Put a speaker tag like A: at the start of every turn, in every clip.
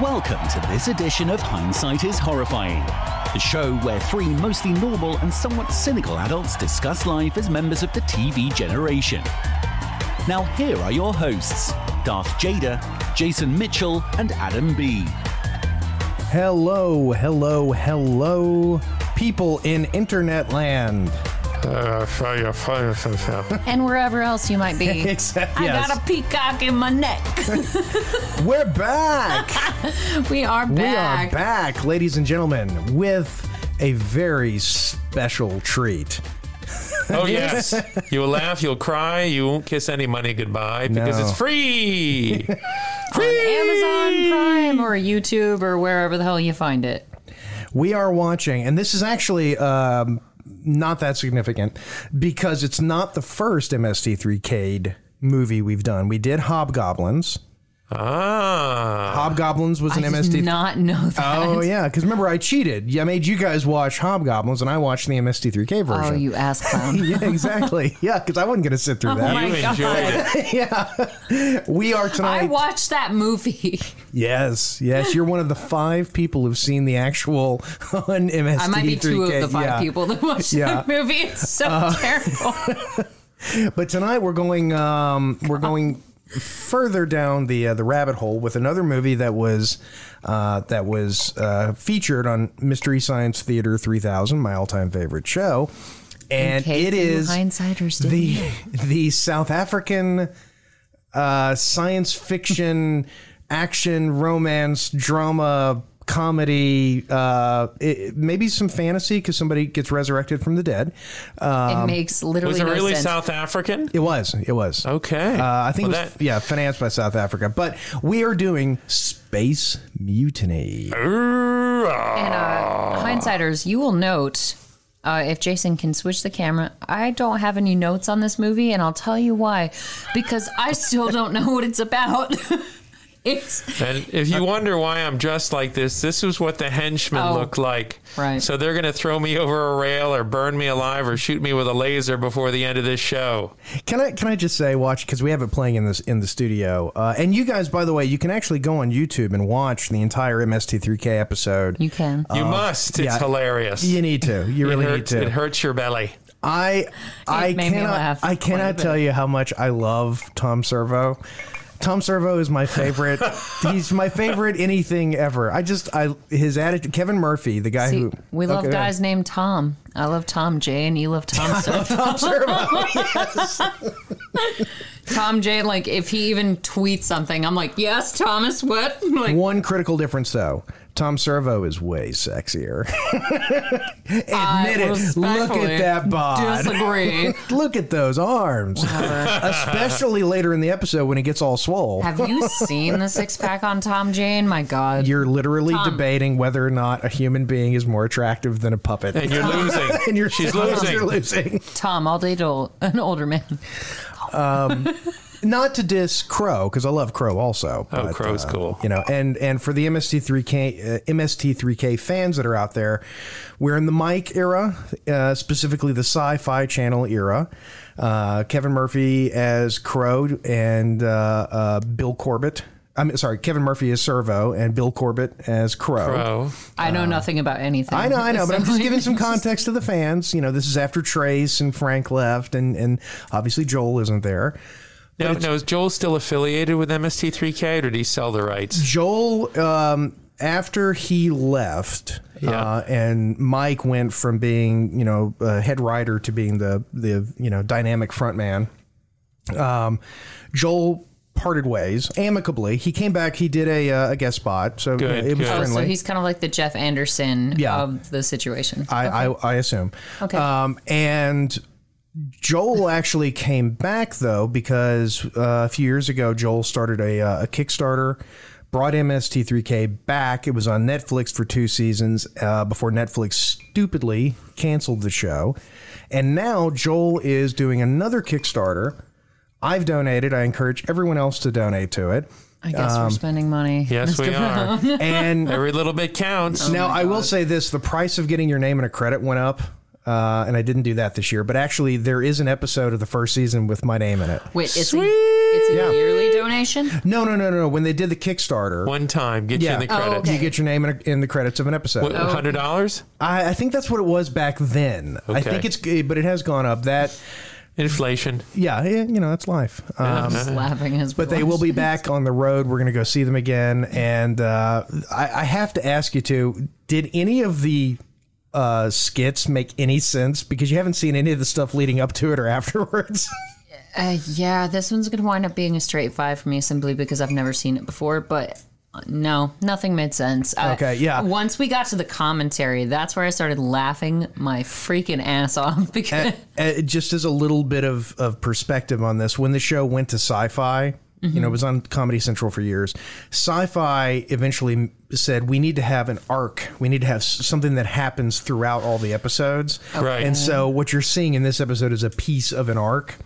A: Welcome to this edition of Hindsight is Horrifying, the show where three mostly normal and somewhat cynical adults discuss life as members of the TV generation. Now, here are your hosts Darth Jada, Jason Mitchell, and Adam B.
B: Hello, hello, hello, people in internet land.
C: Uh, so you're fine, so- so.
D: and wherever else you might be.
B: Except,
D: I got a peacock in my neck.
B: We're back.
D: we are
B: We are
D: back.
B: back, ladies and gentlemen, with a very special treat.
C: Oh yes, you'll laugh, you'll cry, you won't kiss any money goodbye because
B: No.
C: it's free.
D: Amazon Prime or YouTube or wherever the hell you find it.
B: We are watching, and this is actually um, not that significant because it's not the first MST3K movie we've done. We did Hobgoblins.
C: ah,
B: Hobgoblins was an
D: I
B: MST.
D: did not know that.
B: Oh yeah, because remember I cheated. I made you guys watch Hobgoblins, and I watched the MST3K version.
D: Oh, you ass clown.
B: yeah, exactly. Yeah, because I wasn't going to sit through
D: Oh
B: that.
D: my
C: you
D: God.
C: enjoyed it.
B: We are tonight.
D: I watched that movie.
B: yes, yes. You're one of the five people who've seen the actual on MST3K.
D: I might be two of the five
B: yeah.
D: people that watched
B: Yeah. Uh,
D: that movie. It's so terrible.
B: But tonight we're going. Um, we're going further down the uh, the rabbit hole with another movie that was uh, that was uh, featured on Mystery Science Theater 3000, my all time favorite show, and
D: case
B: it
D: you
B: is
D: hindsighters didn't
B: the the South African uh, science fiction action romance drama comedy uh it, maybe some fantasy because somebody gets resurrected from the dead um,
D: it makes
C: Was
D: literally
C: it
D: no
C: really
D: sense.
C: South African?
B: it was it was
C: Okay,
B: Uh, I think
C: Oh, Well,
B: it was, yeah, financed by South Africa. But we are doing Space Mutiny.
C: that- Ooh, ah.
D: And uh, hindsighters, you will note uh, if Jason can switch the camera. I don't have any notes on this movie, and I'll tell you why because I still don't know what it's about. it's
C: And if
B: Uh,
C: you wonder why I'm dressed like this, this is what the henchmen
D: Oh.
C: look like.
D: Right.
C: So they're going to throw me over a rail or burn me alive or shoot me with a laser before the end of this show.
B: Can I can I just say, watch because we have it playing in this in the studio. Uh, and you guys, by the way, you can actually go on YouTube and watch the entire MST3K episode.
D: you can.
B: Uh,
C: You must. It's
B: Oh. yeah.
C: hilarious.
B: You need to. You really
C: it,
B: need
C: hurts,
B: to.
C: it hurts your belly.
B: I I
D: made me
B: cannot
D: laugh
B: I
D: quite a
B: cannot
D: bit.
B: tell you how much I love Tom Servo. Tom Servo is my favorite. He's my favorite anything ever. I just I his attitude. Kevin Murphy, the guy
D: See,
B: who
D: we love
B: Okay,
D: guys named Tom. I love Tom J, and you love Tom. so
B: Tom Servo.
D: Tom J, like if he even tweets something, I'm like, yes, Thomas. What? Like,
B: One critical difference, though. Tom Servo is way sexier. Admit it. Look
D: respectfully
B: at that bod.
D: disagree.
B: Look at those arms. Especially later in the episode when he gets all swole.
D: Have you seen the six pack on Tom Jane? My God,
B: You're literally debating whether or not a human being is more attractive than a puppet.
C: And you're losing.
B: And you're-
C: She's losing.
B: You're losing.
D: Tom, I'll date ol- an older man.
B: Not to diss Crow because I love Crow also. uh,
C: Oh, Crow's cool.
B: You know, and and for the MST3K uh, MST3K fans that are out there, we're in the Mike era, uh, specifically the Sci-Fi Channel era. Uh, Kevin Murphy as Crow and uh, uh, Bill Corbett. I'm sorry, Kevin Murphy as Servo and Bill Corbett as
C: Bro.
D: I know nothing about anything.
B: Uh, I know, I know, but I'm
D: So,
B: just
D: like,
B: giving some context to the fans. You know, this is after Trace and Frank left, and and obviously Joel isn't there.
C: No, no, is Joel still affiliated with MST3K or did he sell the rights?
B: Joel, um, after he left,
C: Yeah.
B: uh, and Mike went from being you know uh, head writer to being the the you know dynamic frontman. Um, Joel parted ways amicably. He came back. He did a, uh, a guest spot, so you know,
C: Good,
B: it was
C: good. Oh,
D: Oh, so
B: friendly.
D: he's kind of like the Jeff Anderson
B: Yeah. Uh,
D: of the situation.
B: I, I, I assume.
D: Okay.
B: Um, and Joel actually came back though because uh, a few years ago Joel started a, uh, a Kickstarter, brought MST3K back. It was on Netflix for two seasons uh, before Netflix stupidly canceled the show, and now Joel is doing another Kickstarter. I've donated. I encourage everyone else to donate to it.
D: I guess
B: um,
D: we're spending money.
C: Yes, we are.
B: And
C: Every little bit counts.
B: Now I will say this: the price of getting your name and a credit went up, uh, and I didn't do that this year. But actually, there is an episode of the first season with my name in it.
D: Wait, is
C: Sweet.
D: It's a
B: Yeah.
D: yearly donation.
B: No, no, no, no. When they did the Kickstarter,
C: One time, get
B: Yeah.
C: you in the
B: Oh,
C: credits.
D: okay.
B: you get your name in, in the credits of an episode.
D: Oh.
C: What, hundred dollars?
B: I, I think that's what it was back then. I
C: Okay.
B: think it's, good, but it has gone up. That,
C: Inflation. Uh,
B: yeah, eh, you know, that's life. Um,
D: Just laughing his.
B: But they will be back on the road. We're going to go see them again, and uh, I, I have to ask you two: Did any of the uh, skits make any sense? Because you haven't seen any of the stuff leading up to it or afterwards.
D: Uh, yeah, this one's gonna wind up being a straight five for me simply because I've never seen it before. But uh, no, nothing made sense. I-
B: Okay, yeah.
D: Once we got to the commentary, that's where I started laughing my freaking ass off because
B: uh, just as a little bit of, of perspective on this, when the show went to sci fi, you know,
D: Mm-hmm.
B: it was on Comedy Central for years. Sci fi eventually m- said, we need to have an arc. We need to have s- something that happens throughout all the episodes.
C: Right.
B: And so what you're seeing in this episode is a piece of an arc.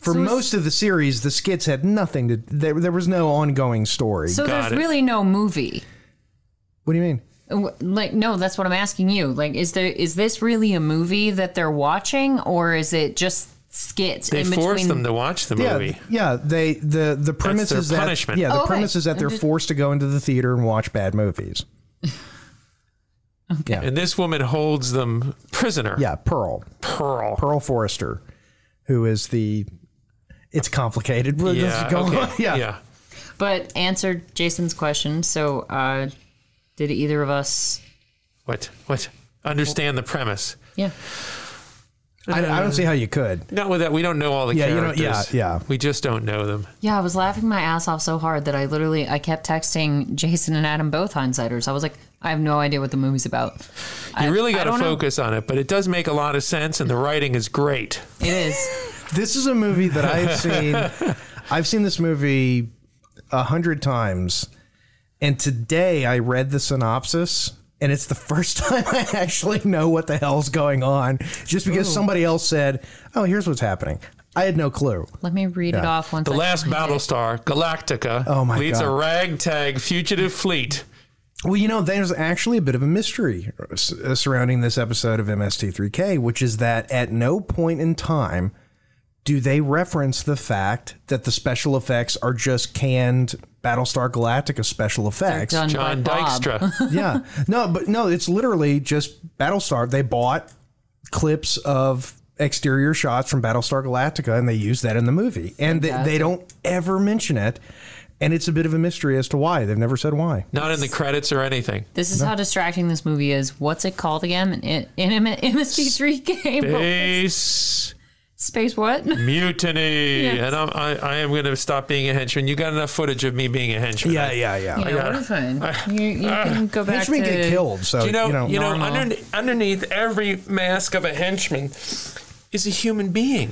B: For
D: So it's-
B: most of the series, the skits had nothing to, there, there was no ongoing story.
D: so there's
C: it.
D: really no movie.
B: what do you mean?
D: W- Like no, that's what I'm asking you. Like, is there is this really a movie that they're watching, or is it just skits
C: They
D: in
C: force
D: between?
C: them to watch the
B: Yeah,
C: movie.
B: yeah. They the the premise
C: their
B: is that
C: punishment.
B: yeah the
D: Oh, okay.
B: premise is that they're forced to go into the theater and watch bad movies.
C: And this woman holds them prisoner.
B: Yeah, Pearl.
C: Pearl.
B: Pearl Forrester, who is the. It's complicated. Well, this
C: Yeah,
B: is going-
C: okay.
B: yeah.
C: yeah.
D: but answered Jason's question. So, uh, did either of us?
C: What? What? Understand the premise.
D: Yeah.
B: I, I don't see how you could.
C: Not with that. We don't know all the
B: Yeah, you don't-
C: characters.
B: yeah, yeah.
C: We just don't know them.
D: Yeah, I was laughing my ass off so hard that I literally I kept texting Jason and Adam both hindsighters. I was like, I have no idea what the movie's about.
C: You really
D: I
C: got to
D: don't know.
C: focus on it, but it does make a lot of sense, and the writing is great.
D: It is.
B: This is a movie that I've seen. I've seen this movie a hundred times, and today I read the synopsis. And it's the first time I actually know what the hell's going on, just because somebody else said, "Oh, here's what's happening." I had no clue.
D: Let me read it
B: Yeah.
D: off once.
C: The
D: I
C: last
D: find it.
C: Battlestar Galactica
B: Oh my
C: leads a
B: God.
C: ragtag fugitive fleet.
B: Well, you know, there's actually a bit of a mystery uh, s- uh, surrounding this episode of MST3K, which is that at no point in time do they reference the fact that the special effects are just canned Battlestar Galactica special effects.
D: done
C: John
D: by Bob.
C: Dykstra.
B: Yeah. No, but no, it's literally just Battlestar. They bought clips of exterior shots from Battlestar Galactica and they use that in the movie. And they, they don't ever mention it. And it's a bit of a mystery as to why. They've never said why.
C: Not in the credits or anything.
D: This is how distracting this movie is. What's it called again? An in, MST3 game.
C: Ace
D: Space what?
C: mutiny, and I'm, I, I am going to stop being a henchman. You got enough footage of me being a henchman.
B: Yeah, yeah, yeah.
D: You know,
C: got
D: what
C: it.
D: is it?
C: Ah.
D: You, you can go back
B: Henchmen
D: to
B: get killed, so
C: Do you know, you know,
D: normal.
C: under, underneath every mask of a henchman is a human being.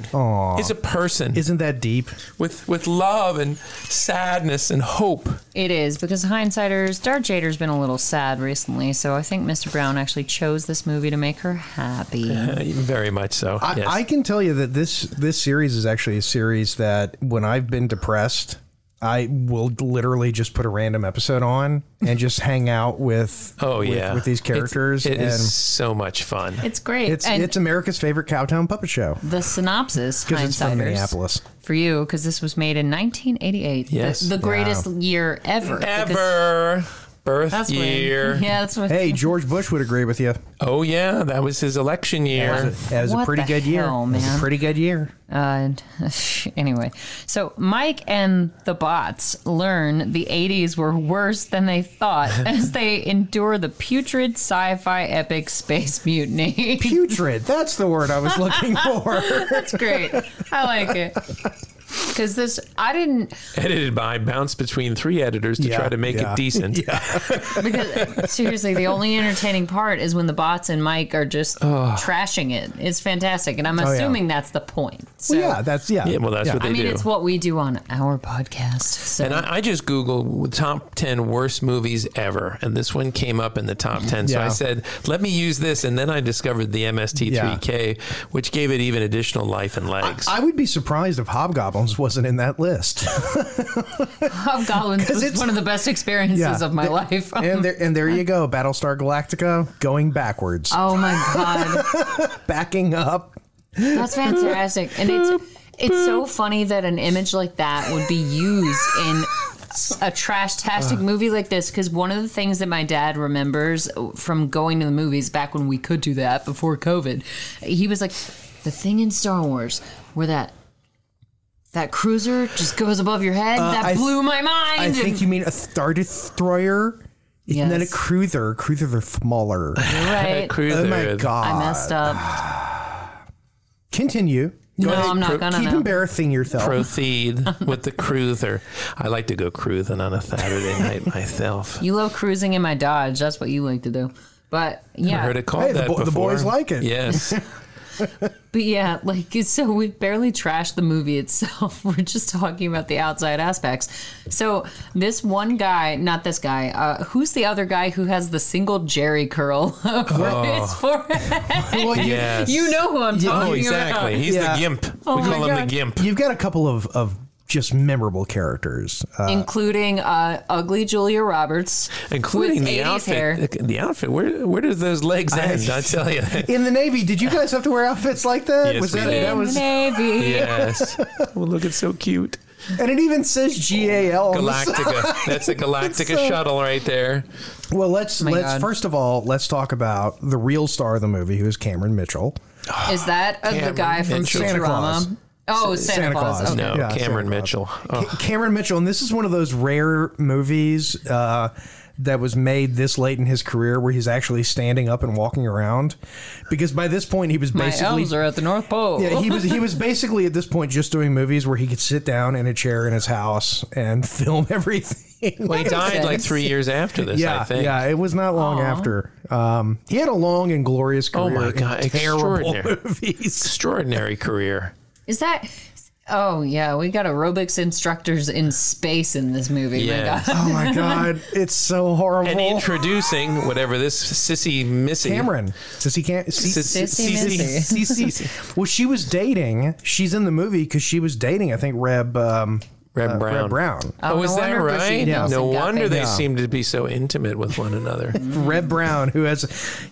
C: Is a person
B: Isn't that deep?
C: with with love and sadness and hope.
D: It is because hindsighters, Darth Jader's been a little sad recently, so I think Mr. Brown actually chose this movie to make her happy.
C: Uh, very much so.
B: I,
C: yes.
B: I can tell you that this this series is actually a series that when I've been depressed, I will literally just put a random episode on and just hang out with
C: oh
B: with,
C: yeah,
B: with these characters
C: It, it
B: and
C: is so much fun.
D: It's great.
B: it's
D: and
B: it's America's favorite Cowtown puppet show
D: the synopsis,
B: because it's from
D: hindsighters.
B: Minneapolis.
D: for you because this was made in 1988.
C: Yes.
D: the, the greatest year ever. Because
C: Ever birth
D: That's when-
C: year.
D: yeah, that's what.
B: Hey, George Bush would agree with you.
C: Oh yeah, that was his election year.
B: That was a
D: What
B: pretty
D: the
B: good year.
D: hell,
B: It was a
D: man.
B: pretty good year.
D: Uh, anyway, so Mike and the bots learn the 80s were worse than they thought as they endure the putrid sci-fi epic space mutiny.
B: Putrid. That's the word I was looking for.
D: That's great. I like it. Because this, I didn't.
C: Edited by bounce between three editors to
B: Yeah,
C: try to make
B: yeah.
C: it decent.
D: Because seriously, the only entertaining part is when the bots and Mike are just trashing it. It's fantastic, and I'm
B: Oh, yeah.
D: assuming that's the point. So.
B: Well, yeah, that's yeah.
C: Yeah, well, that's what they
D: I mean,
C: do.
D: it's what we do on our podcast. So
C: And I, I just Googled top 10 worst movies ever. And this one came up in the top 10. So
B: Yeah.
C: I said, let me use this. And then I discovered the MST3K, which gave it even additional life and legs.
B: I oh would be surprised if Hobgoblins wasn't in that list.
D: Hobgoblins
B: 'Cause
D: was
B: it's-
D: one of the best experiences
B: Yeah.
D: of my
B: The-
D: life.
B: and there and there you go, Battlestar Galactica going
D: Uh,
B: backwards,
D: oh my god,
B: backing up.
D: that's fantastic! And it's It's so funny that an image like that would be used in a trash-tastic movie like this because one of the things that my dad remembers from going to the movies back when we could do that before COVID, he was like, the thing in Star Wars where that that cruiser just goes above your head, that
B: Uh, I th-
D: blew my mind.
B: I think
D: And-
B: you mean a Star Destroyer. Isn't that a
D: Yes.
B: cruiser? Cruisers are smaller.
D: You're right.
C: Cruiser.
B: oh my
C: is-
B: god!
D: I messed up.
B: Continue.
D: No,
C: ahead.
D: I'm not
C: Pro-
D: gonna
B: Keep
D: know.
B: embarrassing yourself.
C: Proceed with the cruiser. I like to go cruising on a Saturday night myself.
D: You love cruising in my Dodge. That's what you like to do. But yeah,
C: I heard it called
B: Hey, the
C: that
B: bo- the
C: before.
B: boys like it.
C: Yes.
D: But yeah, like it's- so we barely trashed the movie itself. We're just talking about the outside aspects. So this one guy, not this guy, uh, who's the other guy who has the single Jerry curl over
B: Oh. Uh.
D: his forehead?
B: Well, you,
C: yes.
D: you know who I'm talking
C: Oh, exactly.
D: about.
C: He's
B: Yeah.
C: the gimp.
D: Oh
C: we
D: my
C: call him
D: God.
C: the gimp.
B: have got a couple of of just memorable characters. Uh,
D: Including uh, ugly Julia Roberts,
C: Including
D: with
C: the
D: 80s
C: outfit.
D: hair.
C: The outfit. Where where does those legs end? I, tell you.
B: in the Navy, did you guys have to wear outfits like that?
C: Yes,
B: was
C: we
B: that
C: did.
B: that was?
D: Navy.
C: yes. Well, look, it's so cute.
B: And it even says GAL. on the side.
C: Galactica. That's a Galactica
B: so-
C: shuttle right there.
B: Well,
C: Oh
B: let's
D: my
B: let's
D: God.
B: first of all let's talk about the real star of the movie, who is Cameron Mitchell.
D: Is that uh, the
C: Cameron
D: guy from
C: Mitchell.
B: Santa Claus.
D: Futurama? Oh, Santa, Claus. Okay.
C: No,
B: Yeah,
C: Cameron
B: Santa Claus.
C: Mitchell. Oh,
B: Ca- Cameron Mitchell, and this is one of those rare movies uh, that was made this late in his career, where he's actually standing up and walking around, because by this point he was
D: My
B: basically
D: elves are at the North Pole.
B: Yeah, he was he was basically at this point just doing movies where he could sit down in a chair in his house and film everything.
C: Well, he
D: That makes
C: died like
D: sense.
C: three years after this, I
B: yeah,
C: think.
B: yeah, it was not long after. Um, he had a long and glorious career.
C: Oh my God,
B: in terrible
C: extraordinary.
B: movies.
C: Extraordinary career.
D: Is that? Oh yeah, we got aerobics instructors in space in this movie.
C: Yeah.
D: My God.
B: Oh my god, it's so horrible.
C: And introducing whatever this sissy missy.
B: Cameron, sissy, Cam-
C: Sis-
D: Sissy missy.
B: CC. Well, she was dating. She's in the movie because she was dating. I think Reb um,
C: Reb
B: uh,
C: Brown.
B: Reb Brown.
C: Oh,
D: Oh,
C: is
D: no
C: that
D: wonder Brigitte
C: right?
D: Nielsen
C: No
D: got
C: wonder
D: big.
C: they
D: Yeah.
C: seem to be so intimate with one another.
D: Mm-hmm.
B: Red Brown, who has,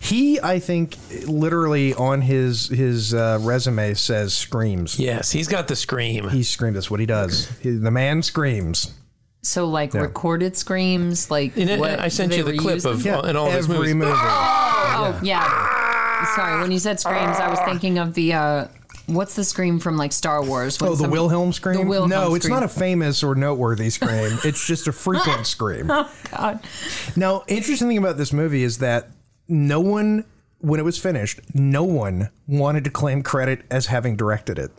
B: he I think literally on his his uh, resume says screams.
C: yes, he's got the scream.
B: He screams. That's what he does. He- the man screams.
D: So like recorded screams, like
C: And I-
D: what,
C: I sent
D: they
C: you the clip
D: reused
C: of
D: them?
C: in all of his
B: every
C: movies.
B: movie.
D: Oh yeah. Sorry, when you said screams, I was thinking of the uh, what's the scream from like Star Wars? when
B: Oh, the
D: some-
B: Wilhelm scream.
D: Wilhelm
B: no, it's
D: scream.
B: not a famous or noteworthy scream. it's just a frequent scream.
D: Oh, God.
B: Now, interesting thing about this movie is that no one, when it was finished, no one wanted to claim credit as having directed it.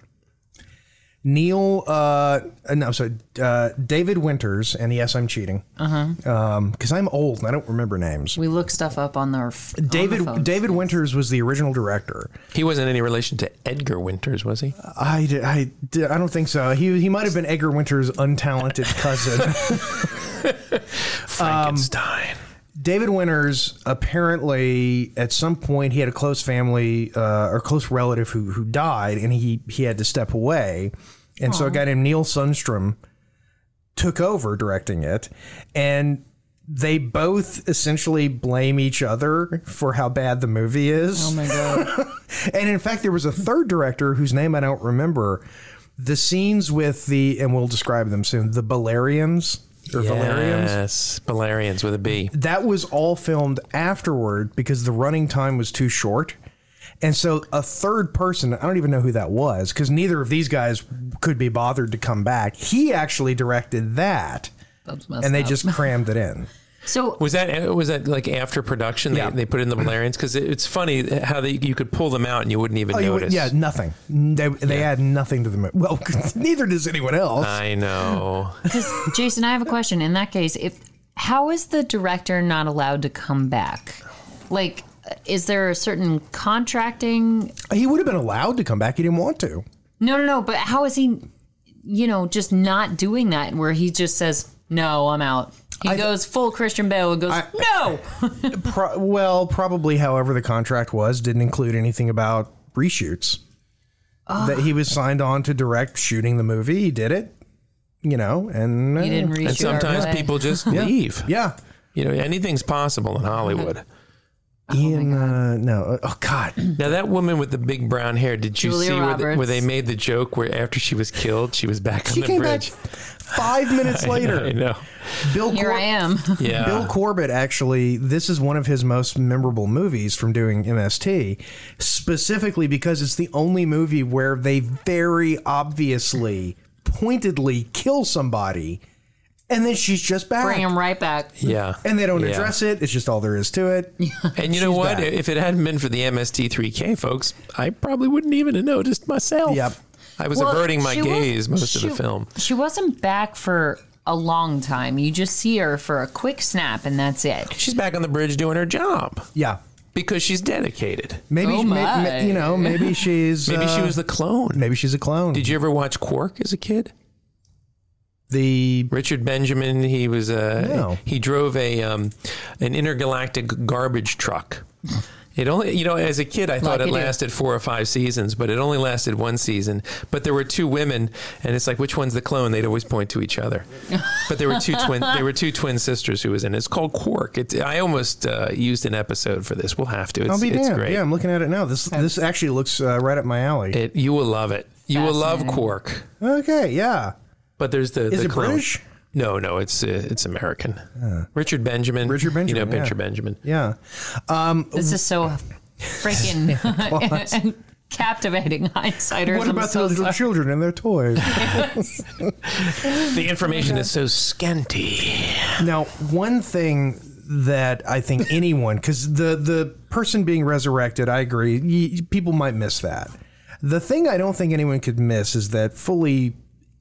B: Neil, uh, no, I'm sorry, uh, David Winters, and yes, I'm cheating, because I'm old and I don't remember names.
D: We look stuff up on their f- on the phone.
B: David David Winters was the original director.
C: He wasn't any relation to Edgar Winters, was he?
D: Uh,
B: I, d- I, d- I don't think so. He he might have been Edgar Winters' untalented cousin.
C: Frankenstein.
B: David Winters apparently at some point he had a close family uh, or close relative who who died, and he he had to step away, and so a guy named Neil Sundstrom took over directing it, and they both essentially blame each other for how bad the movie is.
D: Oh my god.
B: And in fact, there was a third director whose name I don't remember. The scenes with the and we'll describe them soon. The Balerians Um, or Valerians
C: Yes, Valerians with a B.
B: that was all filmed afterward because the running time was too short. And so a third person, I don't even know who that was because neither of these guys could be bothered to come back. He actually directed that
D: That's messed
B: and they
D: up.
B: just crammed it in.
D: so
C: Was that was that like after production?
B: Yeah.
C: They, they put in the Valerians because it, it's funny how they, you could pull them out and you wouldn't even
B: Oh, you would-
C: notice.
B: yeah, nothing. They, they add nothing to the movie. Well, neither does anyone else.
C: I know.
D: cuz Jason, I have a question. In that case, if how is the director not allowed to come back? Like is there a certain contracting
B: he would have been allowed to come back. He didn't want to.
D: No, no, no. But how is he, you know, just not doing that where he just says, no, I'm out? He goes full Christian Bale and goes, no.
B: Pro- well, probably, however, the contract was didn't include anything about reshoots.
D: Ah.
B: That he was signed on to direct shooting the movie. He did it, you know, and uh,
D: He didn't reach
C: And sometimes people just leave.
B: yeah,
C: You know, anything's possible in Hollywood.
D: Oh
B: Ian, uh, no, uh, oh God,
C: Now that woman with the big brown hair, did you
D: Julia
C: see where, the, where
D: Roberts.
C: they made the joke where after she was killed, she was back on
B: she
C: the
B: came
C: bridge?
B: back five minutes later.
C: I know.
B: Bill,
D: Here
B: Cor-
D: I am.
C: Yeah.
B: Bill Corbett actually, this is one of his most memorable movies from doing MST, specifically because it's the only movie where they very obviously, pointedly kill somebody, and then she's just back,
D: Bring him right back.
C: yeah.
B: and they don't
C: Yeah.
B: address it. It's just all there is to it.
C: And you know
B: She's
C: what?
B: back.
C: If it hadn't been for the MST3K folks, I probably wouldn't even have noticed myself.
B: Yep.
C: I was
D: Well,
C: averting my
D: she was-
C: gaze most of the
D: she-
C: film.
D: She wasn't back for a long time. You just see her for a quick snap, and that's it.
C: She's back on the bridge doing her job
B: Yeah,
C: because she's dedicated.
B: maybe
D: Oh
B: may-
D: my.
B: may- you know, maybe she's
C: Maybe she
B: uh,
C: was the clone.
B: maybe she's a clone.
C: Did you ever watch Quark as a kid?
B: the
C: Richard Benjamin, he was a
B: No.
C: he drove a um, an intergalactic garbage truck. It only you know as a kid I thought
D: Like
C: it
D: you do.
C: lasted four or five seasons, but it only lasted one season. But there were two women, and it's like which one's the clone? They'd always point to each other. But there were two twin there were two twin sisters who was in it. It's called Quark. It, I almost uh, used an episode for this. We'll have to. It's,
B: I'll be
C: it's
B: damned.
C: great.
B: Yeah, I'm looking at it now. This this actually looks uh, right up my alley.
C: It, you will love it. You will love
D: Fascinating.
C: Quark.
B: okay, yeah.
C: But there's the
B: Is
C: the
B: it
C: clone.
B: British?
C: No, no, it's uh, it's American. Richard Benjamin.
B: Richard
C: You
B: Benjamin,
C: know, Richard
B: yeah.
C: Benjamin.
B: Yeah.
D: This is so freaking captivating. Hindsighters.
B: What
D: I'm
B: about
D: so
B: the little
D: sorry.
B: children and their toys?
C: The information is so scanty.
B: Now, one thing that I think anyone, because the the person being resurrected, I agree, y- people might miss that. The thing I don't think anyone could miss is that fully.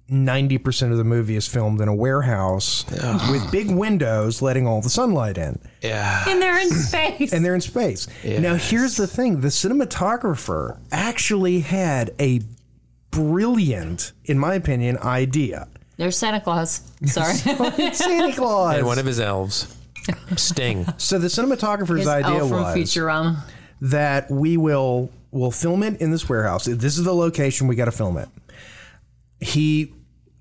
B: 90% of the movie is filmed in a warehouse with big windows letting all the sunlight in.
C: Yeah.
D: And they're in space.
B: and they're in space. Now, here's the thing the cinematographer actually had a brilliant, in my opinion, idea.
D: There's Santa Claus. Sorry.
B: Santa Claus.
C: And one of his elves, Sting.
B: so the cinematographer's
D: His
B: idea
D: elf from
B: was
D: Futurama.
B: that we will will film it in this warehouse. This is the location we got to film it. He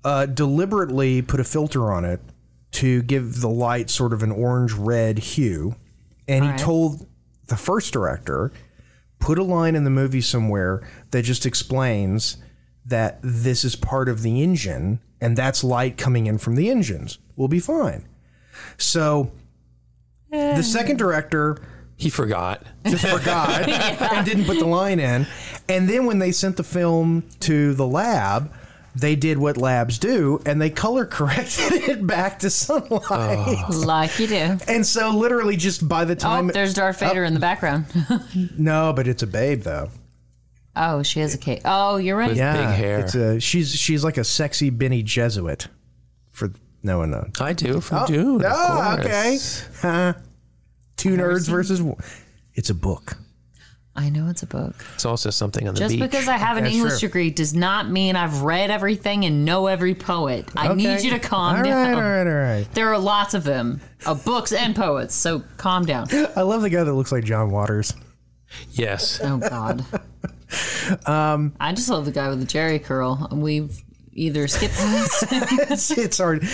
B: uh, deliberately put a filter on it to give the light sort of an orange red hue, and he
D: right.
B: told the first director put a line in the movie somewhere that just explains that this is part of the engine and that's light coming in from the engines. We'll be fine. So the second director
C: He forgot.
B: just forgot and didn't put the line in. And then when they sent the film to the lab, they did what labs do and they color corrected it back to sunlight.
C: Oh.
D: Like you do.
B: And so, literally, just by the time.
D: Oh, there's Darth Vader in the background.
B: no, but it's a babe, though.
D: Oh, she has a cake. Oh, you're right.
B: Yeah.
C: Big hair.
B: It's a, she's, she's like a sexy Benny Jesuit for no one knows.
C: I do from Dune. of
B: Oh,
C: course.
B: okay. Huh. Two nerds versus one. It's a book.
D: I know it's a book.
C: It's also something on the
D: Just
C: beach.
D: because I have an
B: That's
D: English
B: true.
D: degree does not mean I've read everything and know every poet. I need
B: Okay.
D: you to calm
B: All right,
D: down.
B: all right, all right.
D: There are lots of them, of books and poets. So calm down.
B: I love the guy that looks like John Waters.
C: yes.
D: Oh God. Um, I just love the guy with the Jerry curl. We've either skipped.
B: it's, it's hard.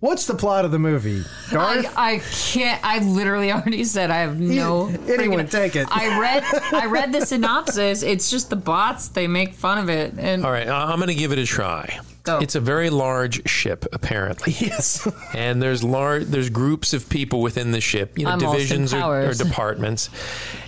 B: What's the plot of the movie? Darth?
D: I, I can't. I literally already said I have no.
B: anyone
D: freaking-
B: take it.
D: I read. I read the synopsis. It's just the bots. They make fun of it. And
C: All right. I- I'm going to give it a try.
D: Go.
C: It's a very large ship, apparently.
B: yes.
C: and there's large there's groups of people within the ship, you know,
D: I'm Austin
C: divisions or, or
D: Powers.
C: departments.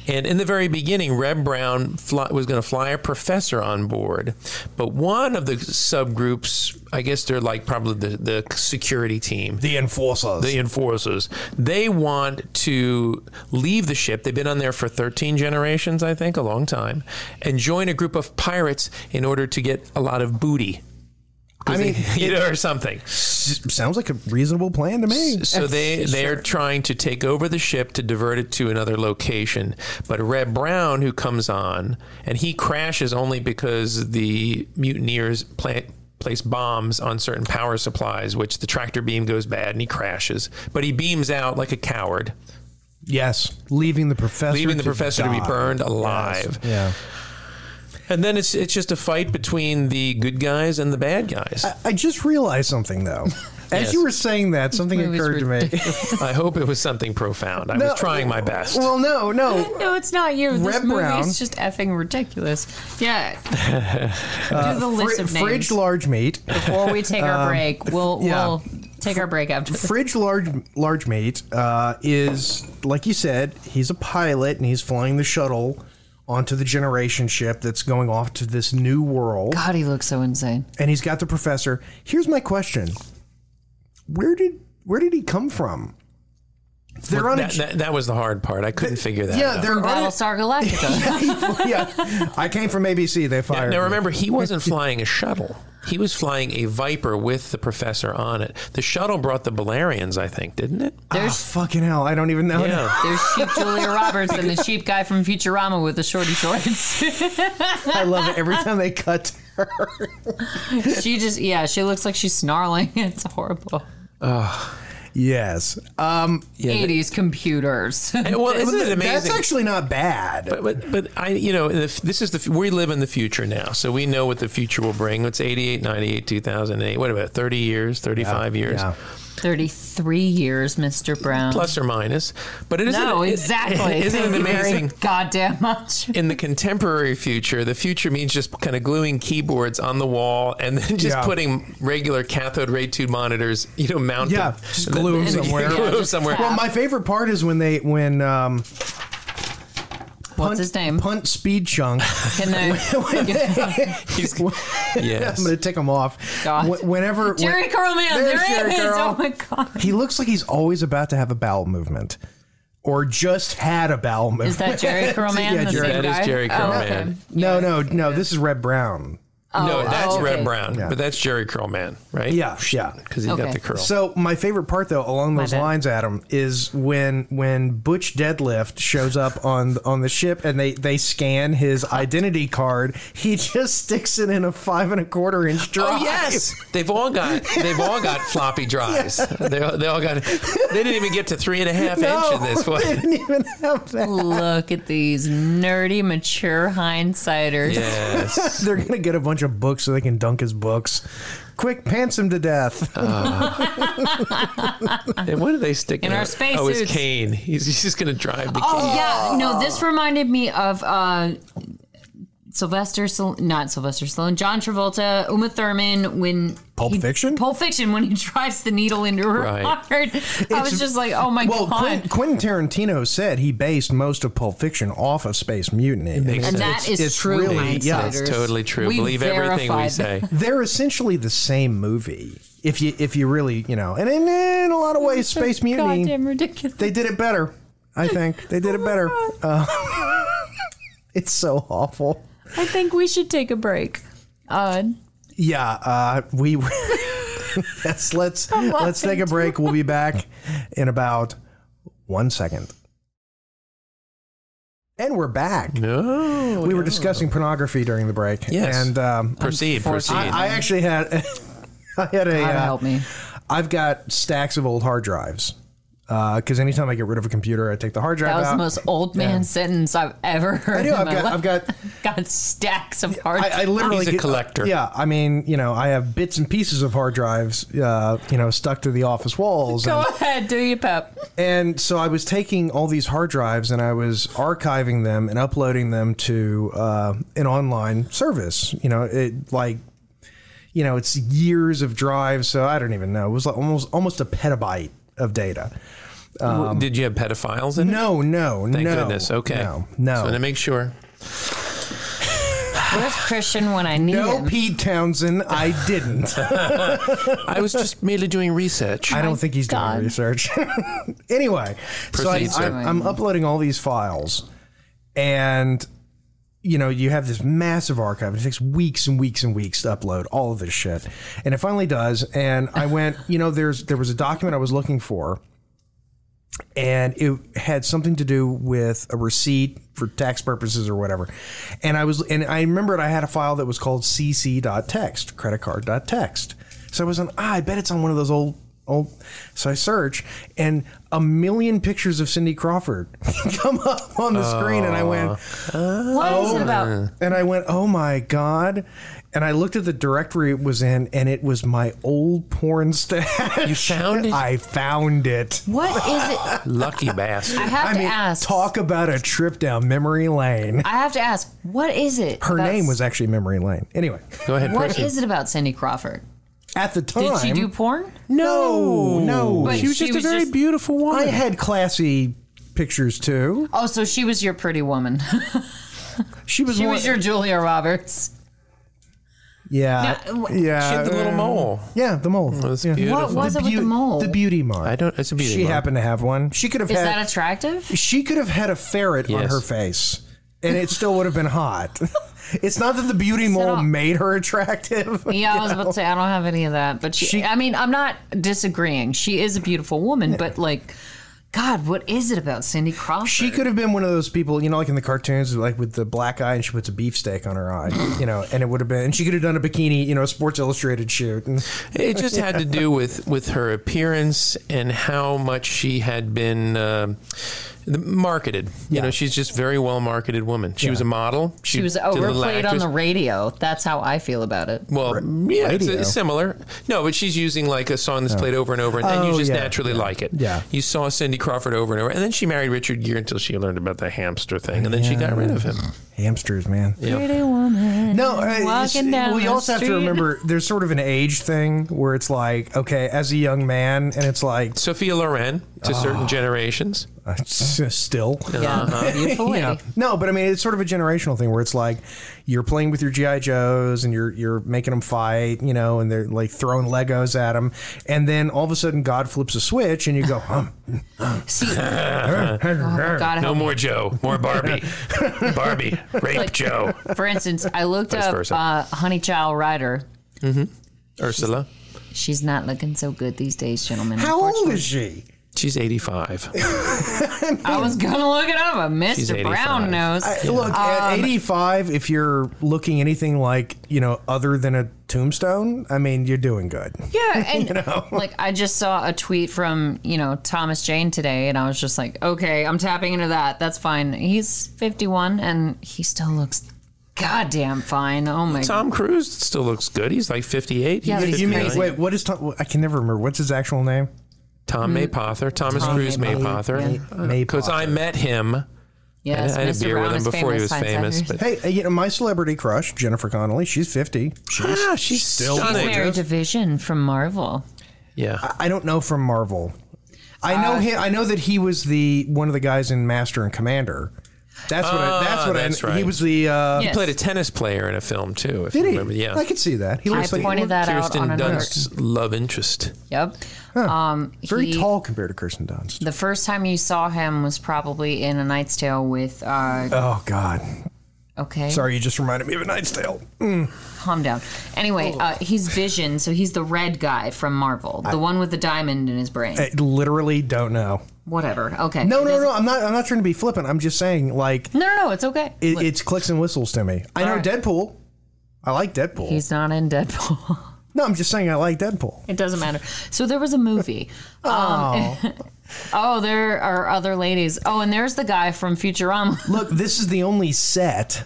C: And in the very beginning, Reb Brown fly, was going to fly a professor on board, but one of the subgroups, I guess they're like probably the, the security team,
B: the Enforcers.
C: the enforcers. They want to leave the ship. They've been on there for 13 generations, I think, a long time, and join a group of pirates in order to get a lot of booty.
B: I mean,
C: You know, or something.
B: it sounds like a reasonable plan to me.
C: So they they are trying to take over the ship to divert it to another location. But Red Brown, who comes on, and he crashes only because the mutineers pla place bombs on certain power supplies, which the tractor beam goes bad and he crashes. But he beams out like a coward,
B: Yes, leaving the professor.
C: leaving the
B: to
C: professor to be
B: die.
C: burned alive.
B: Yeah.
C: And then it's it's just a fight between the good guys and the bad guys.
B: Uh, I just realized something though. As
C: Yes.
B: you were saying that, something
D: Movie's
B: occurred to me.
C: I hope it was something profound. I
B: No,
C: was trying my best.
B: Well, no, no.
D: No, it's not you. This
B: Red
D: movie
B: Brown.
D: is just effing ridiculous. Yeah. Do the list
B: Fri-
D: of names
B: fridge large meat.
D: before we take our break. We'll
B: yeah.
D: we'll take our break after. this.
B: Fridge large large meat uh, is like you said. He's a pilot and he's flying the shuttle onto the generation ship that's going off to this new world.
D: God, he looks so insane.
B: And he's got the professor. Here's my question: Where did where did he come from? They're on
C: that,
B: a,
C: that, that was the hard part. I couldn't figure that
B: yeah,
C: out.
B: they're on a,
D: Battlestar Galactica.
B: yeah. I came from ABC. They fired.
C: Now
B: me.
C: remember, he wasn't flying a shuttle. He was flying a Viper with the professor on it. The shuttle brought the Balarians, I think, didn't it?
B: Ah, fucking hell! I don't even know.
C: Yeah.
D: There's sheep Julia Roberts and the sheep guy from Futurama with the shorty shorts.
B: I love it every time they cut. her.
D: she just yeah, she looks like she's snarling. It's horrible.
B: Yes. Um,
D: 80s computers.
C: And, well, isn't it amazing?
B: That's actually not bad.
C: but, but but I you know the f- this is the f- we live in the future now, so we know what the future will bring. It's 88, 98, 2008. What about 30 years, 35 years?
B: yeah.
D: 33 years, Mr. Brown.
C: Plus or minus, but it isn't.
D: no,
C: it-
D: exactly.
C: Isn't it
D: Thank you very
C: amazing?
D: Goddamn much.
C: in the contemporary future, the future means just kind of gluing keyboards on the wall and then just
B: Yeah.
C: putting regular cathode ray tube monitors, you know, mounted.
B: Yeah, just glue 'em
C: Yeah,
B: somewhere.
C: glue 'em
D: Yeah, just
C: somewhere.
D: tap.
B: Well, my favorite part is when they when um,
D: What's
B: punt,
D: his name?
B: Punt Speed Chunk.
D: Can I,
C: He's-
B: I'm
C: yes.
B: going to tick him off.
D: God.
B: Wh- whenever when-
D: Jerry Curlman,
B: There's
D: there it
B: Jerry
D: is.
B: Curl.
D: Oh my god.
B: He looks like he's always about to have a bowel movement, or just had a bowel movement.
D: Is that Jerry Curlman?
B: Yeah,
D: the
B: Jerry-
D: same
C: That is
D: guy?
C: Jerry
D: Oh, okay.
C: Curlman.
B: no, no, no. This is Red Brown.
C: no,
D: Oh,
C: that's
D: oh, okay.
C: Red Brown,
B: Yeah.
C: but that's Jerry Curlman, right?
B: Yeah, yeah.
C: Because he's
D: Okay.
C: got the curl.
B: So my favorite part, though, along those
D: bad.
B: lines, Adam, is when when Butch Deadlift shows up on on the ship and they they scan his identity card. He just sticks it in a five and a quarter inch drive.
C: Oh yes, they've all got they've all got floppy drives. They, all- they all got they didn't even get to three and a half inch in this one.
B: they didn't even have that.
D: Look at these nerdy, mature hindsighters.
C: Yes,
B: They're gonna get a bunch of books so they can dunk his books. Quick, pants him to death.
C: and what do they stick
D: In
C: in
D: our
C: it?
D: spacesuits.
C: Oh, his cane. He's, he's just going to drive the cane.
D: Oh yeah, no. This reminded me of uh, Sylvester, Stal- not Sylvester Stallone, John Travolta, Uma Thurman when
B: Pulp
D: he-
B: Fiction?
D: Pulp Fiction when he drives the needle into her
C: Right.
D: heart. I was just like, oh my
B: well,
D: god.
B: Quentin, Quentin Tarantino said he based most of Pulp Fiction off of Space Mutiny.
C: makes
D: and
C: sense.
D: that is
B: it's
D: true.
B: really- yeah,
D: hindsighters.
C: It's totally true.
D: We
C: Believe everything we
D: verified
C: say.
B: they're essentially the same movie. If you if you really you know, and in, in a lot of ways, Space Mutiny
D: Goddamn ridiculous.
B: they did it better. I think they did it better. Uh, it's so awful.
D: I think we should take a break. Uh,
B: Yeah, uh, we. yes, let's let's take a break. We'll be back in about one second. And we're back.
C: No.
D: Oh,
B: we were discussing pornography during the break.
C: Yes.
B: and um,
C: Proceed, proceed.
B: I, I actually had I had a
D: God
B: uh,
D: help me.
B: I've got stacks of old hard drives because anytime I get rid of a computer, I take the hard drive
D: That was
B: out.
D: the most old man sentence I've ever heard.
B: I do.
D: in
B: I've
D: my
B: got.
D: life.
B: I've got.
D: Got stacks of hard.
B: I, I literally
C: He's a
B: get- uh,
C: collector.
B: Yeah, I mean, you know, I have bits and pieces of hard drives, uh, you know, stuck to the office walls,
D: Go
B: and,
D: ahead, do your pep.
B: and so I was taking all these hard drives and I was archiving them and uploading them to uh, an online service. You know, it like, you know, it's years of drives, so I don't even know. It was like almost almost a petabyte of data.
D: um,
C: Did you have pedophiles in it?
B: No, no,
C: Thank
B: no.
C: goodness. Okay.
B: No, no.
C: So to make sure.
D: Where's Christian when I need
B: no,
D: him?
B: Pete Townsend, I didn't.
C: I was just merely doing research.
B: I don't think he's
D: God.
B: doing research. anyway, so I,
C: Proceed, sir.
B: I, am uploading all these files, and you know you have this massive archive. It takes weeks and weeks and weeks to upload all of this shit, and it finally does. And I went, you know, there's there was a document I was looking for, and it had something to do with a receipt for tax purposes or whatever. And I was and I remembered I had a file that was called cc.text, credit card.text. So I was on, ah, I bet it's on one of those old oh, so I search, and a million pictures of Cindy Crawford come up on the screen, and I went,
D: What is
B: Oh.
D: it about?
B: and I went, oh my god, and I looked at the directory it was in, and it was my old porn stash.
C: You found it?
B: I found it.
D: What is it?
C: Lucky bastard.
D: I have
B: I
D: to
B: mean,
D: ask.
B: talk about a trip down memory lane.
D: I have to ask. What is it?
B: Her
D: about-
B: name was actually Memory Lane. Anyway,
C: Go ahead.
D: What
C: proceed.
D: is it about Cindy Crawford?
B: at the
D: Did
B: time,
D: she do porn?
B: no, no,
D: But
C: She was
D: she
C: just
D: was
C: a very
D: just-
C: beautiful woman.
B: I had classy pictures too.
D: Oh, so she was your pretty woman.
B: She was,
D: she
B: one-
D: was your Julia Roberts.
B: yeah,
D: No, w-
B: yeah,
C: she had the little mole.
B: yeah, the mole.
C: was
B: yeah.
C: beautiful.
D: What was it with the
B: beau-
D: mole?
B: The beauty mark.
C: I don't. It's a beauty.
B: She
C: mark.
B: happened to have one. She could have
D: is
B: had.
D: that attractive?
B: she could have had a ferret on
C: Yes.
B: her face, and it still would have been hot. it's not that the beauty mole
D: all-
B: made her attractive.
D: Yeah, I was about to say I don't have any of that, but she, I mean, I'm not disagreeing. She is a beautiful woman, but like, God, what is it about Cindy Crawford?
B: She could have been one of those people, you know, like in the cartoons, like with the black eye, and she puts a beefsteak on her eye, you know, and it would have been, and she could have done a bikini, you know, Sports Illustrated shoot. And
C: It just had to do with with her appearance and how much she had been uh, the- marketed. You know, she's just very well marketed woman. She was a model.
D: She was
C: did a little
D: overplayed on
C: actress.
D: the radio. That's how I feel about it.
C: Well, yeah, it's,
B: radio.
C: it's similar. No, but she's using like a song that's played over and over, and then
B: Oh,
C: you just
B: yeah,
C: naturally like it.
B: yeah.
C: you saw Cindy Crawford over and over, and then she married Richard Gere until she learned about the hamster thing, and then she got rid of him.
B: hamsters, man.
D: Pretty woman.
B: No, uh, it's-
D: Walking down
B: well, you
D: the
B: also have to
D: street.
B: remember there's sort of an age thing where it's like, okay, as a young man, and it's like,
C: Sophia Loren to
B: Oh.
C: certain generations.
B: uh, still.
D: Yeah, beautiful lady.
B: No, but I mean, it's sort of a generational thing where it's like you're playing with your GI Joes and you're you're making them fight, you know, and they're like throwing Legos at them, and then all of a sudden God flips a switch and you go, um,
D: See, oh my God,
C: No
D: help
C: more Joe, more Barbie. Barbie, rape Joe.
D: For instance, I looked
C: Vice
D: up
C: versa.
D: uh, Honey Child Rider.
C: Ursula.
D: She's not looking so good these days, gentlemen.
B: how old
D: unfortunately.
B: is she?
C: She's 85.
D: I was gonna look it up, but
C: She's
D: Mr.
C: 85.
D: Brown knows.
B: I- Look, at 85, if you're looking anything like you know other than a tombstone, I mean, you're doing good.
D: Yeah, and like I just saw a tweet from you know Thomas Jane today, and I was just like, okay, I'm tapping into that. That's fine. He's 51, and he still looks goddamn fine. Oh my god,
C: Tom Cruise still looks good. He's like 58.
D: Yeah,
C: He's
D: but he's
B: You mean
C: 59.
D: crazy.
B: wait? What is Tom? I can never remember. What's his actual name? Hmm.
C: Tom Maypother, Thomas
D: Tom
C: Cruise
D: Maypother,
C: Maypother.
B: yeah.
C: Because I
B: Maypother.
C: met him.
D: yes,
C: I had a
D: Mr.
C: beer
D: Brown
C: with
D: is
C: him before he was
D: famous, Heinz
C: famous.
D: Eckers.
C: But
B: Hey, uh, you know my celebrity crush, Jennifer Connelly. She's 50.
C: ah, she's still
D: She's
C: stunning.
D: married to Vision from Marvel.
C: Yeah.
B: I don't know from Marvel. I know him. I know that he was the one of the guys in Master and Commander. That's what. I, Ah, that's what.
C: that's
B: I, He
C: right.
B: was the. Uh,
D: Yes.
C: Played a tennis player in a film too, if
B: Did
C: you
B: he?
C: remember. Yeah.
B: I could see that. He
D: I
B: looks like
D: pointed that out
C: Kirsten
D: on another.
C: Dunst's love interest.
D: Yep. Um,
B: very
D: he-
B: tall compared to Kirsten Dunst.
D: The first time you saw him was probably in A Knight's Tale with. Uh,
B: Oh God!
D: okay.
B: Sorry, you just reminded me of a Knight's Tale.
D: calm down. Anyway,
B: Oh.
D: uh, he's Vision, so he's the red guy from Marvel, the one with the diamond in his brain.
B: I literally don't know.
D: Whatever. Okay.
B: No,
D: It
B: no,
D: doesn't-
B: no. I'm not. I'm not trying to be flippant. I'm just saying, like,
D: No, no, no. It's okay.
B: it,
D: Look,
B: it's clicks and whistles to me. I know
D: right.
B: Deadpool. I like Deadpool.
D: he's not in Deadpool.
B: no, I'm just saying I like Deadpool.
D: it doesn't matter. So there was a movie. Um, oh, there are other ladies. Oh, and there's the guy from Futurama.
B: Look, this is the only set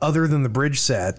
B: other than the bridge set.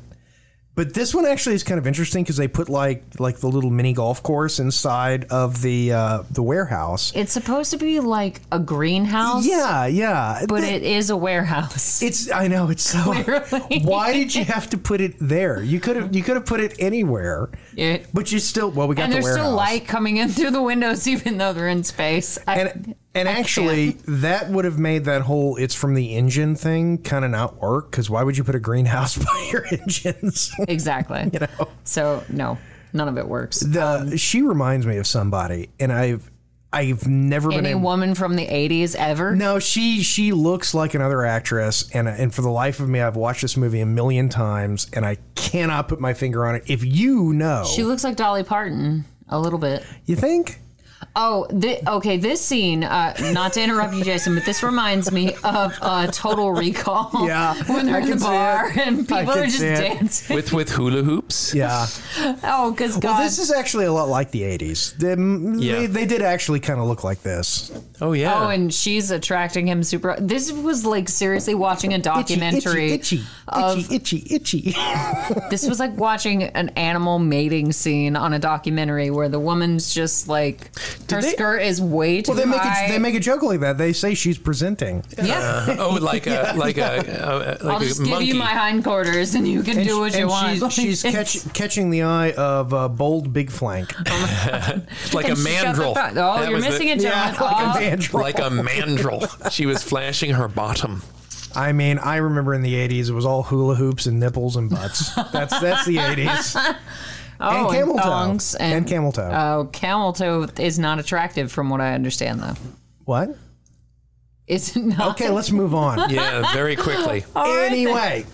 B: But this one actually is kind of interesting because they put like like the little mini golf course inside of the uh, the warehouse.
D: It's supposed to be like a greenhouse.
B: Yeah, yeah.
D: But
B: Th-
D: it is a warehouse.
B: it's I know it's so.
D: Clearly.
B: Why did you have to put it there? You could have you could have put it anywhere.
D: Yeah.
B: But you still well we got
D: and
B: the
D: there's
B: warehouse.
D: still light coming in through the windows, even though they're in space. I-
B: and and actually that would have made that whole it's from the engine thing kind of not work because why would you put a greenhouse by your engines
D: exactly.
B: you know
D: So no, none of it works.
B: the she reminds me of somebody and i've i've never been
D: Any
B: able
D: woman from the '80s ever?
B: no she she looks like another actress and and for the life of me i've watched this movie a million times and i cannot put my finger on it if you know
D: She looks like Dolly Parton a little bit.
B: you think
D: Oh, thi- okay. This scene, uh, not to interrupt you, Jason, but this reminds me of uh, Total Recall.
B: Yeah,
D: when they're
B: I
D: in
B: can
D: the
B: see
D: bar
B: it.
D: and
B: I
D: people
B: can
D: are just
B: see it.
D: dancing.
C: with with hula hoops.
B: Yeah.
D: Oh, because God.
B: Well, this is actually a lot like the 80s. They,
C: Yeah.
B: they, they did actually kind of look like this.
C: Oh yeah.
D: Oh, and she's attracting him super. This was like seriously watching a documentary.
B: Itchy, itchy, itchy, itchy, itchy.
D: This was like watching an animal mating scene on a documentary where the woman's just like her
C: they-
D: skirt is way too
B: Well, they make,
D: high.
B: a, they make a joke like that. They say she's presenting.
D: yeah.
C: oh, like a like a, a, like
D: I'll just
C: a
D: give
C: monkey.
D: you my hindquarters and you can
B: And
D: do
B: she-
D: what you
B: and
D: want. Like,
B: She's, she's
D: it's-
B: catch, catching the eye of uh, bold big flank.
C: like a
D: and she's got the
C: mandrel.
D: thought- Oh,
C: That
D: you're
C: was the-
D: missing it, John.
B: like a
D: oh,
B: mandrel.
C: Like a mandrel. she was flashing her bottom.
B: I mean, I remember in the '80s it was all hula hoops and nipples and butts. That's that's the '80s.
D: oh,
B: and camel toe.
D: thongs
B: And, camel toe.
D: Oh, camel toe is not attractive from what I understand, though.
B: what?
D: It's not.
B: Okay, let's move on.
C: Yeah, very quickly.
B: anyway,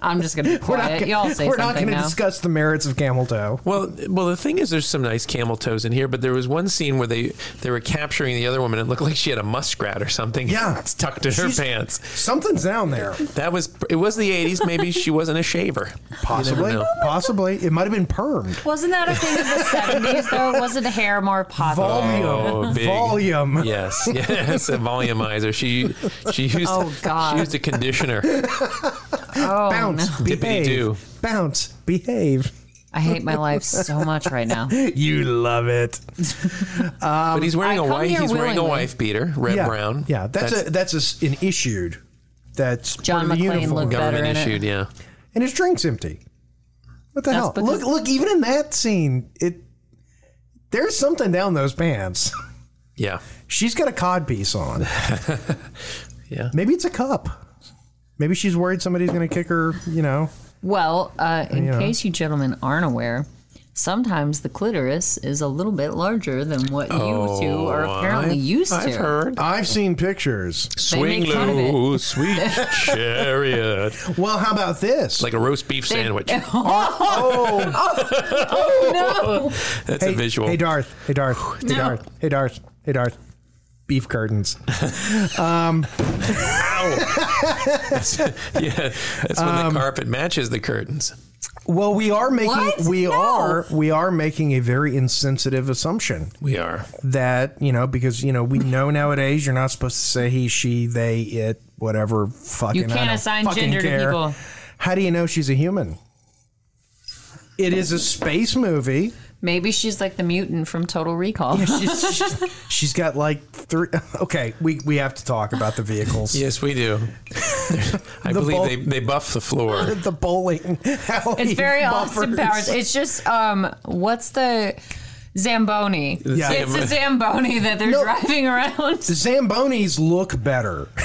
D: I'm just gonna be
B: we're not
D: quiet.
B: gonna-
D: Y'all say
B: we're not
D: something
B: going to
D: now.
B: discuss the merits of camel toe.
C: Well, well, the thing is, there's some nice camel toes in here, but there was one scene where they they were capturing the other woman. It looked like she had a muskrat or something.
B: Yeah.
C: it's tucked in her
B: She's-
C: pants.
B: Something's down there.
C: That was it. Was the '80s? Maybe she wasn't a shaver.
B: Possibly,
C: know.
B: possibly it might have been permed.
D: Wasn't that a thing of the seventies though? Wasn't hair more popular?
B: Volume,
C: Oh, big.
B: volume.
C: Yes, yes, a volumizer. She she used
D: Oh, God.
C: she used a conditioner.
D: Oh,
B: Bounce,
D: no.
B: behave.
C: Dippity-doo.
B: Bounce, behave.
D: I hate my life so much right now.
B: You love it.
C: but he's wearing
D: Um, I
C: a
D: come
C: wife.
D: here
C: He's wearing a
D: willingly.
C: wife beater, red
B: yeah,
C: brown.
B: Yeah, that's, a that's a s an issued. That's part
D: John
B: of the
D: McClane
B: uniform.
D: looked better in
C: government
D: it.
C: issued. Yeah.
B: and his drink's empty. What the
D: That's
B: hell?
D: because-
B: Look, look, even in that scene, it there's something down those pants.
C: Yeah.
B: She's got a cod piece on.
C: Yeah.
B: Maybe it's a cup. Maybe she's worried somebody's going to kick her, you know.
D: Well, uh, in
B: Yeah.
D: case you gentlemen aren't aware, sometimes the clitoris is a little bit larger than what you two are apparently used
C: Oh, I've
D: to.
C: heard.
B: I've seen pictures.
C: Swing
D: make fun of it.
C: low, sweet chariot.
B: Well, how about this?
C: Like a roast beef sandwich.
B: oh,
C: That's
B: hey,
C: a visual.
B: Hey, Darth. Hey, Darth. Hey,
D: No.
B: Darth. Hey, Darth. Hey, Darth. Beef curtains.
C: yeah, that's when
B: Um,
C: the carpet matches the curtains.
B: Well, we are making
D: What?
B: we
D: No.
B: are we are making a very insensitive assumption.
C: We are.
B: that you know because you know we know nowadays you're not supposed to say he she they it whatever fucking
D: You
B: I
D: can't
B: don't
D: assign
B: fucking
D: gender to
B: care.
D: people.
B: how do you know she's a human it is a space movie
D: Maybe she's like the mutant from Total Recall.
B: she's, she's- she's got like three okay we we have to talk about the vehicles
C: Yes, we do.
B: The
C: I believe
B: bul-
C: they, they buff the floor.
B: the bowling alley
D: It's very Austin
B: buffers.
D: Powers. It's just um, what's the Zamboni?
B: Yeah.
D: It's the Zamboni that they're
B: No.
D: driving around.
B: Zambonis look better.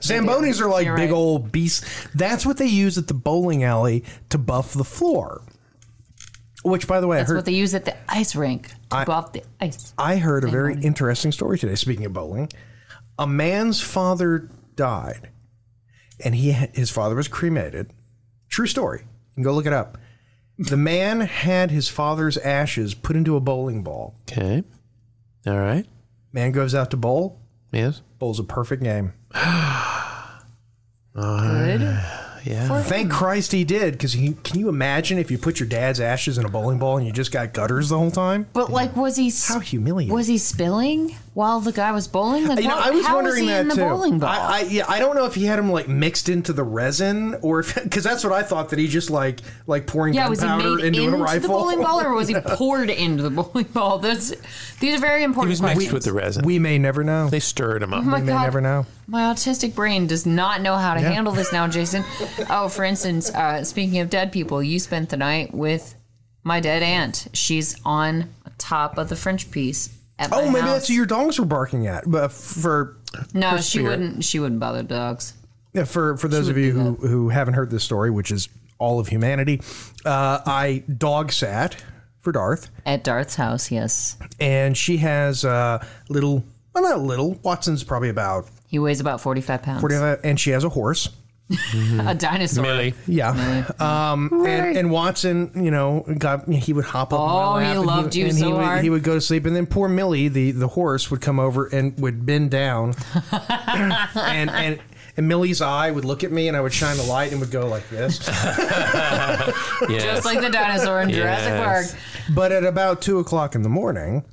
B: Zambonis are like
D: You're
B: big
D: right.
B: old beasts. That's what they use at the bowling alley to buff the floor. Which, by the way, I
D: That's
B: heard
D: what they use at the ice rink to
B: I-
D: go off the ice.
B: I heard a very interesting story today. Speaking of bowling, a man's father died, and he his father was cremated. True story. You can go look it up. The man had his father's ashes put into a bowling ball.
C: Okay. All right.
B: Man goes out to bowl.
C: Yes.
B: Bowls a perfect game.
D: Good.
B: Uh, Thank Christ he did, because can you imagine if you put your dad's ashes in a bowling ball and you just got gutters the whole time?
D: But like, was he s-
B: How humiliating!
D: was he spilling while the guy was bowling? Like,
B: you know,
D: what-
B: I was
D: how
B: wondering
D: was he
B: that
D: in the
B: too.
D: bowling ball?
B: I, I, yeah, I don't know if he had him like mixed into the resin or if because that's what I thought that he just like like pouring
D: yeah, was he
B: gunpowder
D: made
B: into,
D: into
B: a
D: the
B: rifle.
D: bowling ball, or was he poured into the bowling ball? That's these are very
C: He
D: important
C: was
D: questions.
C: mixed with the resin.
B: we may never know.
C: they stirred him up.
D: Oh my
B: We may
D: God.
B: never know.
D: My autistic brain does not know how to
B: Yeah.
D: handle this now, Jason. oh, for instance, uh, speaking of dead people, you spent the night with my dead aunt. She's on top of the French piece at my
B: Oh, maybe
D: house.
B: that's who your dogs were barking at. But for
D: no, she
C: spirit.
D: wouldn't. She wouldn't bother dogs.
B: Yeah, for for those of you who, who haven't heard this story, which is all of humanity, uh, I dog sat for Darth,
D: At Darth's house, yes,
B: and she has uh, little, well, not little. Watson's probably about
D: he weighs about forty-five pounds.
B: forty, and she has a horse.
D: a dinosaur.
C: Millie.
B: Yeah.
D: Mm.
B: Um, and, and Watson, you know, got he would hop up.
D: Oh,
B: my
D: he
B: lap and
D: loved you
B: and
D: so
B: he would,
D: hard.
B: He would go to sleep, and then poor Millie, the the horse, would come over and would bend down, and and. And Millie's eye would look at me, and I would shine a light, and would go like this.
C: Yes.
D: Just like the dinosaur in Jurassic
C: Yes.
D: Park.
B: But at about two o'clock in the morning,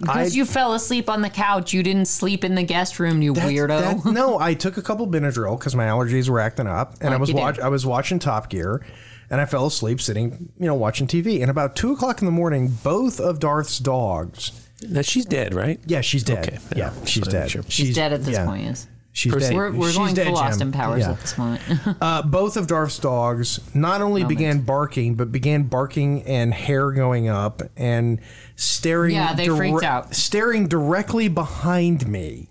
D: Because you fell asleep on the couch. You didn't sleep in the guest room, you
B: That's-
D: weirdo.
B: that- no, I took a couple Benadryl because my allergies were acting up, and I
D: Like
B: was
D: you do.
B: watch, I was watching Top Gear, and I fell asleep sitting, you know, watching TV. And about two o'clock in the morning, both of Darth's dogs.
C: Now she's dead, right?
B: Yeah, she's dead.
C: Okay,
B: yeah,
C: yeah,
B: she's
C: just wanna
B: dead.
C: make sure.
D: She's dead at this
B: yeah,
D: point, yes.
B: She's
C: Proceed.
B: dead.
D: We're, we're
B: She's
D: going
B: dead,
D: full Austin
B: Jim.
D: Powers
B: Yeah.
D: at this moment.
B: Uh, both of Darth's dogs not only began barking, but began barking and hair going up and staring.
D: Yeah, they freaked out.
B: Staring directly behind me,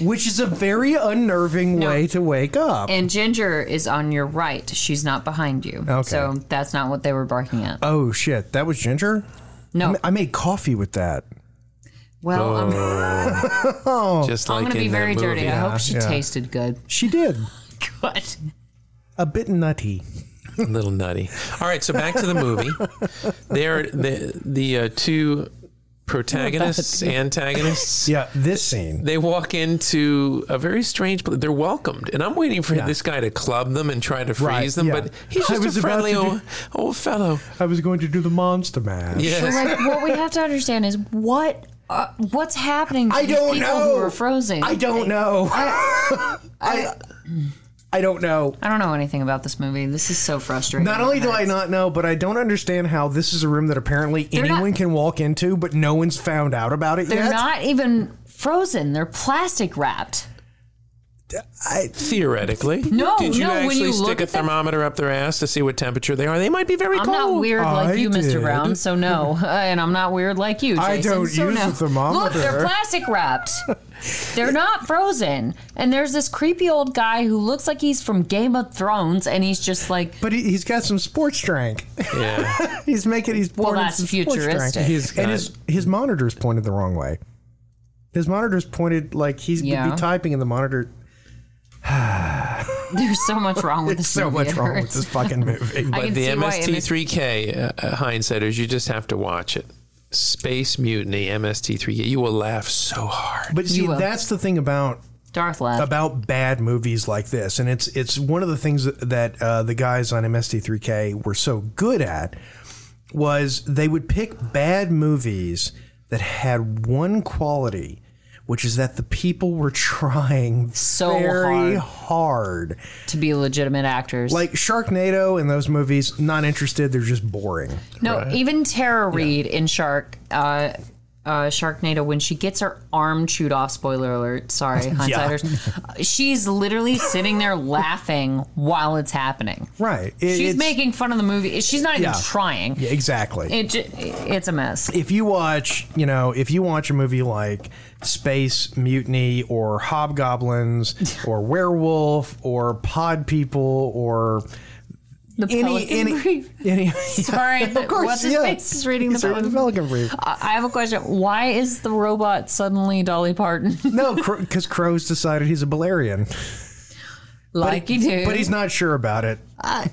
B: which is a very unnerving
D: No.
B: way to wake up.
D: and Ginger is on your right. She's not behind you.
B: Okay.
D: So that's not what they were barking at.
B: Oh shit, that was ginger. I
D: no.
B: ma- I made coffee with that.
D: well, I'm,
C: Just Oh,
D: I'm
C: like
D: going to
C: in
D: be
C: that
D: very
C: movie.
D: dirty. I hope she
B: Oh. yeah.
D: tasted good.
B: She did
D: God.
B: a bit nutty.
C: a little nutty. All right, so back to the movie. They're the the uh, two protagonists, antagonists.
B: Yeah, this scene.
C: They walk into a very strange place. They're welcomed, and I'm waiting for this guy to club them and try to freeze
B: Right,
C: them.
B: yeah.
C: But he's
B: I
C: just
B: was
C: a
B: about
C: friendly
B: to do-
C: old, old fellow.
B: I was going to do the monster mash.
D: So,
C: Yes.
D: like, what we have to understand is what uh, what's happening to
B: I
D: these
B: don't
D: people
B: know.
D: who are frozen.
B: I don't know. I, I don't know.
D: I don't know anything about this movie. This is so frustrating.
B: Not only do I not know, but I don't understand how this is a room that apparently
D: not-
B: anyone can walk into, but no one's found out about it
D: They're
B: yet.
D: not even frozen. They're plastic wrapped.
C: Theoretically,
D: No,
C: Did you
D: no, when
C: actually
D: you
C: stick
D: look
C: a
D: at them-
C: thermometer up their ass to see what temperature they are? They might be very
D: I'm
C: cold.
D: not weird
B: I
D: like you, Mr.
B: did.
D: Brown, so no. and I'm not weird like you, Jason.
B: I don't
D: so
B: use
D: no.
B: a thermometer.
D: Look, they're plastic wrapped. they're not frozen. And there's this creepy old guy who looks like he's from Game of Thrones, and he's just like,
B: But he, he's got some sports drink.
C: Yeah.
B: he's making. He's pouring
D: that's
B: some sports drink.
D: futuristic.
C: He's got-
B: and his his monitors pointed the wrong way. His monitors pointed like he's would
D: Yeah.
B: be typing in the monitor.
D: there's so much wrong with
B: There's
D: this
B: so
D: movie.
B: much
D: It
B: wrong with
D: hurts.
B: this fucking movie.
D: I
C: But
D: can
C: the
D: see why in this-
C: MST3K uh, uh, hindsighters, you just have to watch it. Space Mutiny MST3K. You will laugh so hard.
B: But see,
D: will.
B: that's the thing about
D: Darth left.
B: about bad movies like this, and it's it's one of the things that, that uh, the guys on MST3K were so good at was they would pick bad movies that had one quality, which is that the people were trying
D: So
B: very hard.
D: to be legitimate actors.
B: Like Sharknado and those movies, not interested. They're just boring.
D: no, even Tara Reid in Shark. Uh, uh, Sharknado, when she gets her arm chewed off, spoiler alert, sorry, hindsighters, she's literally sitting there laughing while it's happening.
B: Right. It-
D: She's
B: it's-
D: making fun of the movie. She's not even
B: Yeah.
D: trying.
B: Yeah, exactly.
D: It ju- it's a mess.
B: if you watch, you know, if you watch a movie like Space Mutiny or Hobgoblins or Werewolf or Pod People or
D: The
B: any
D: Pelican
B: any,
D: Brief.
B: any
D: Sorry,
B: of course,
D: what's his
B: yeah.
D: face is reading the
B: He's reading
D: Pelican.
B: the Pelican Brief.
D: I I have a question. Why is the robot suddenly Dolly Parton?
B: No, because Crow's decided he's a Balerian,
D: like he did.
B: but he's not sure about it.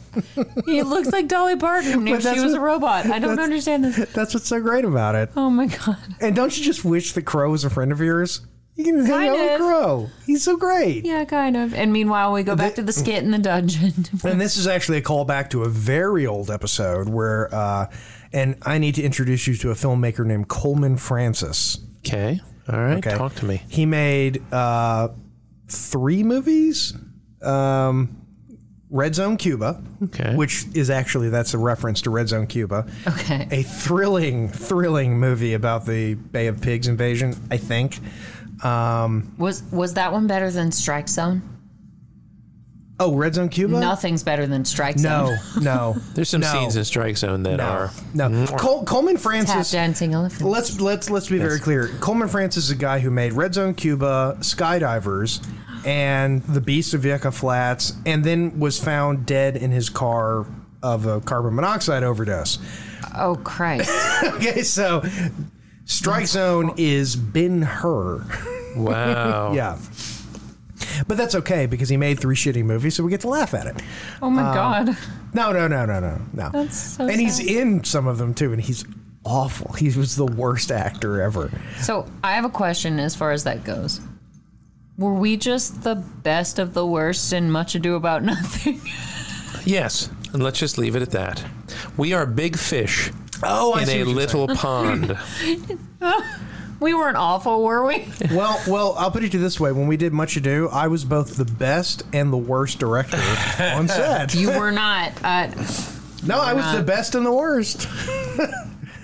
D: he looks like Dolly Parton if she
B: that's
D: was
B: what-
D: a robot. I don't
B: that's-
D: understand this.
B: That's what's so great about it.
D: Oh my god.
B: And don't you just wish that Crow was a friend of yours? You can hang out with
D: Kind of.
B: Crow. He's so great.
D: Yeah, kind of. And meanwhile, we go back to the skit in the dungeon.
B: And this is actually a callback to a very old episode where, uh, and I need to introduce you to a filmmaker named Coleman Francis.
C: Okay. All right. Talk to me.
B: He made uh, three movies. Um, Red Zone Cuba,
C: Okay.
B: which is actually that's a reference to Red Zone Cuba.
D: Okay.
B: A thrilling, thrilling movie about the Bay of Pigs invasion, I think. Um,
D: Was was that one better than Strike Zone?
B: oh, Red Zone Cuba?
D: Nothing's better than Strike Zone.
B: No, no.
C: There's some
B: no,
C: scenes in Strike Zone that are.
B: no. Col- Coleman
D: Tap
B: Francis
D: dancing elephant.
B: Let's let's let's be very clear. Coleman Francis is a guy who made Red Zone Cuba, Skydivers, and The Beast of Yucca Flats, and then was found dead in his car of a carbon monoxide overdose.
D: Oh Christ.
B: Okay, so Strike Zone is Ben Hur.
C: Wow.
B: Yeah. But that's okay because he made three shitty movies, so we get to laugh at it.
D: Oh my god.
B: No, no, no, no, no, no.
D: That's so
B: And he's
D: sad.
B: in some of them too, and he's awful. He was the worst actor ever.
D: So I have a question as far as that goes. Were we just the best of the worst in Much Ado About Nothing?
C: Yes, and let's just leave it at that. We are big fish
B: Oh,
C: in a little pond.
D: we weren't awful, were we?
B: Well, well, I'll put it to you this way: when we did Much Ado, I was both the best and the worst director on set.
D: You were not. Uh,
B: no, I was
D: not.
B: the best and the worst.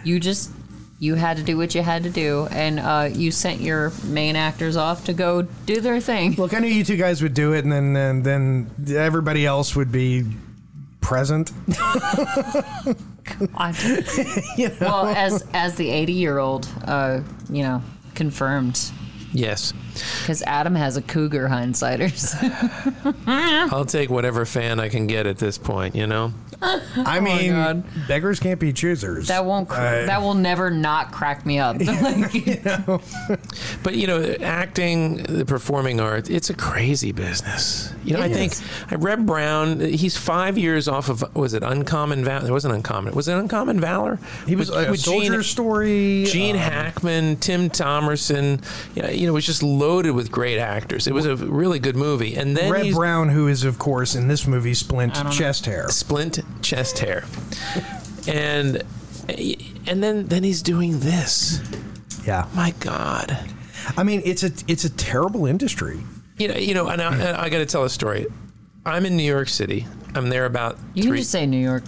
D: you just you had to do what you had to do, and uh, you sent your main actors off to go do their thing.
B: Look, I knew you two guys would do it, and then and then everybody else would be present.
D: I- Well, as as the eighty year old, uh, you know, confirmed
C: yes,
D: because Adam has a cougar hindsighters.
C: I'll take whatever fan I can get at this point. You know,
B: I mean,
D: Oh God.
B: beggars can't be choosers.
D: That won't. Cr-
B: Uh,
D: that will never not crack me up. Like,
C: but you know, acting, the performing arts, it's a crazy business. You know,
D: It
C: I
D: is.
C: think I Reb Brown. He's five years off of was it Uncommon Valor? It wasn't Uncommon. Was it Uncommon Valor?
B: he was
C: With-
B: a
C: with Gene-
B: soldier story.
C: Gene
B: uh,
C: Hackman, Tim Thomerson, you know, you know, it was just loaded with great actors. It was a really good movie. And then
B: uh, Red
C: he's
B: Brown, who is of course in this movie Splint
D: don't know.
B: chest hair.
C: splint chest hair, and and then then he's doing this.
B: Yeah,
C: My God,
B: I mean it's a it's a terrible industry.
C: you know, you know, and I, and I got to tell a story. I'm in New York City. I'm there about
D: you can
C: three.
D: just say New York.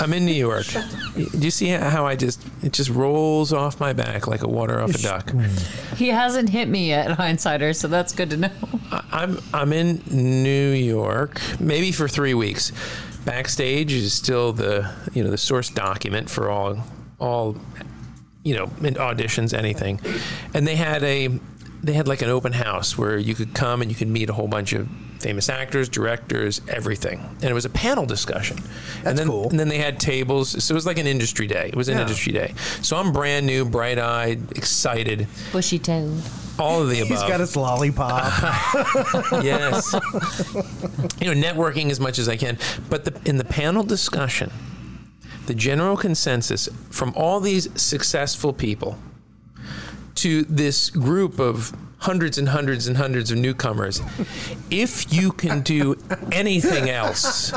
C: I'm in New York. Do you see how I just it just rolls off my back like a water off a duck?
D: He hasn't hit me yet, hindsighter, so that's good to know.
C: I'm I'm in New York, maybe for three weeks. Backstage is still the you know the source document for all all you know in auditions anything, and they had a they had like an open house where you could come and you could meet a whole bunch of famous actors, directors, everything, and it was a panel discussion.
B: That's
C: and then,
B: cool.
C: And then they had tables, so it was like an industry day. It was an
B: Yeah.
C: industry day. So I'm brand new, bright eyed, excited,
D: Bushy tailed.
C: all of the above
B: He's got his lollipop.
C: yes. you know, networking as much as I can. But the, in the panel discussion, the general consensus from all these successful people to this group of hundreds and hundreds and hundreds of newcomers, if you can do anything else,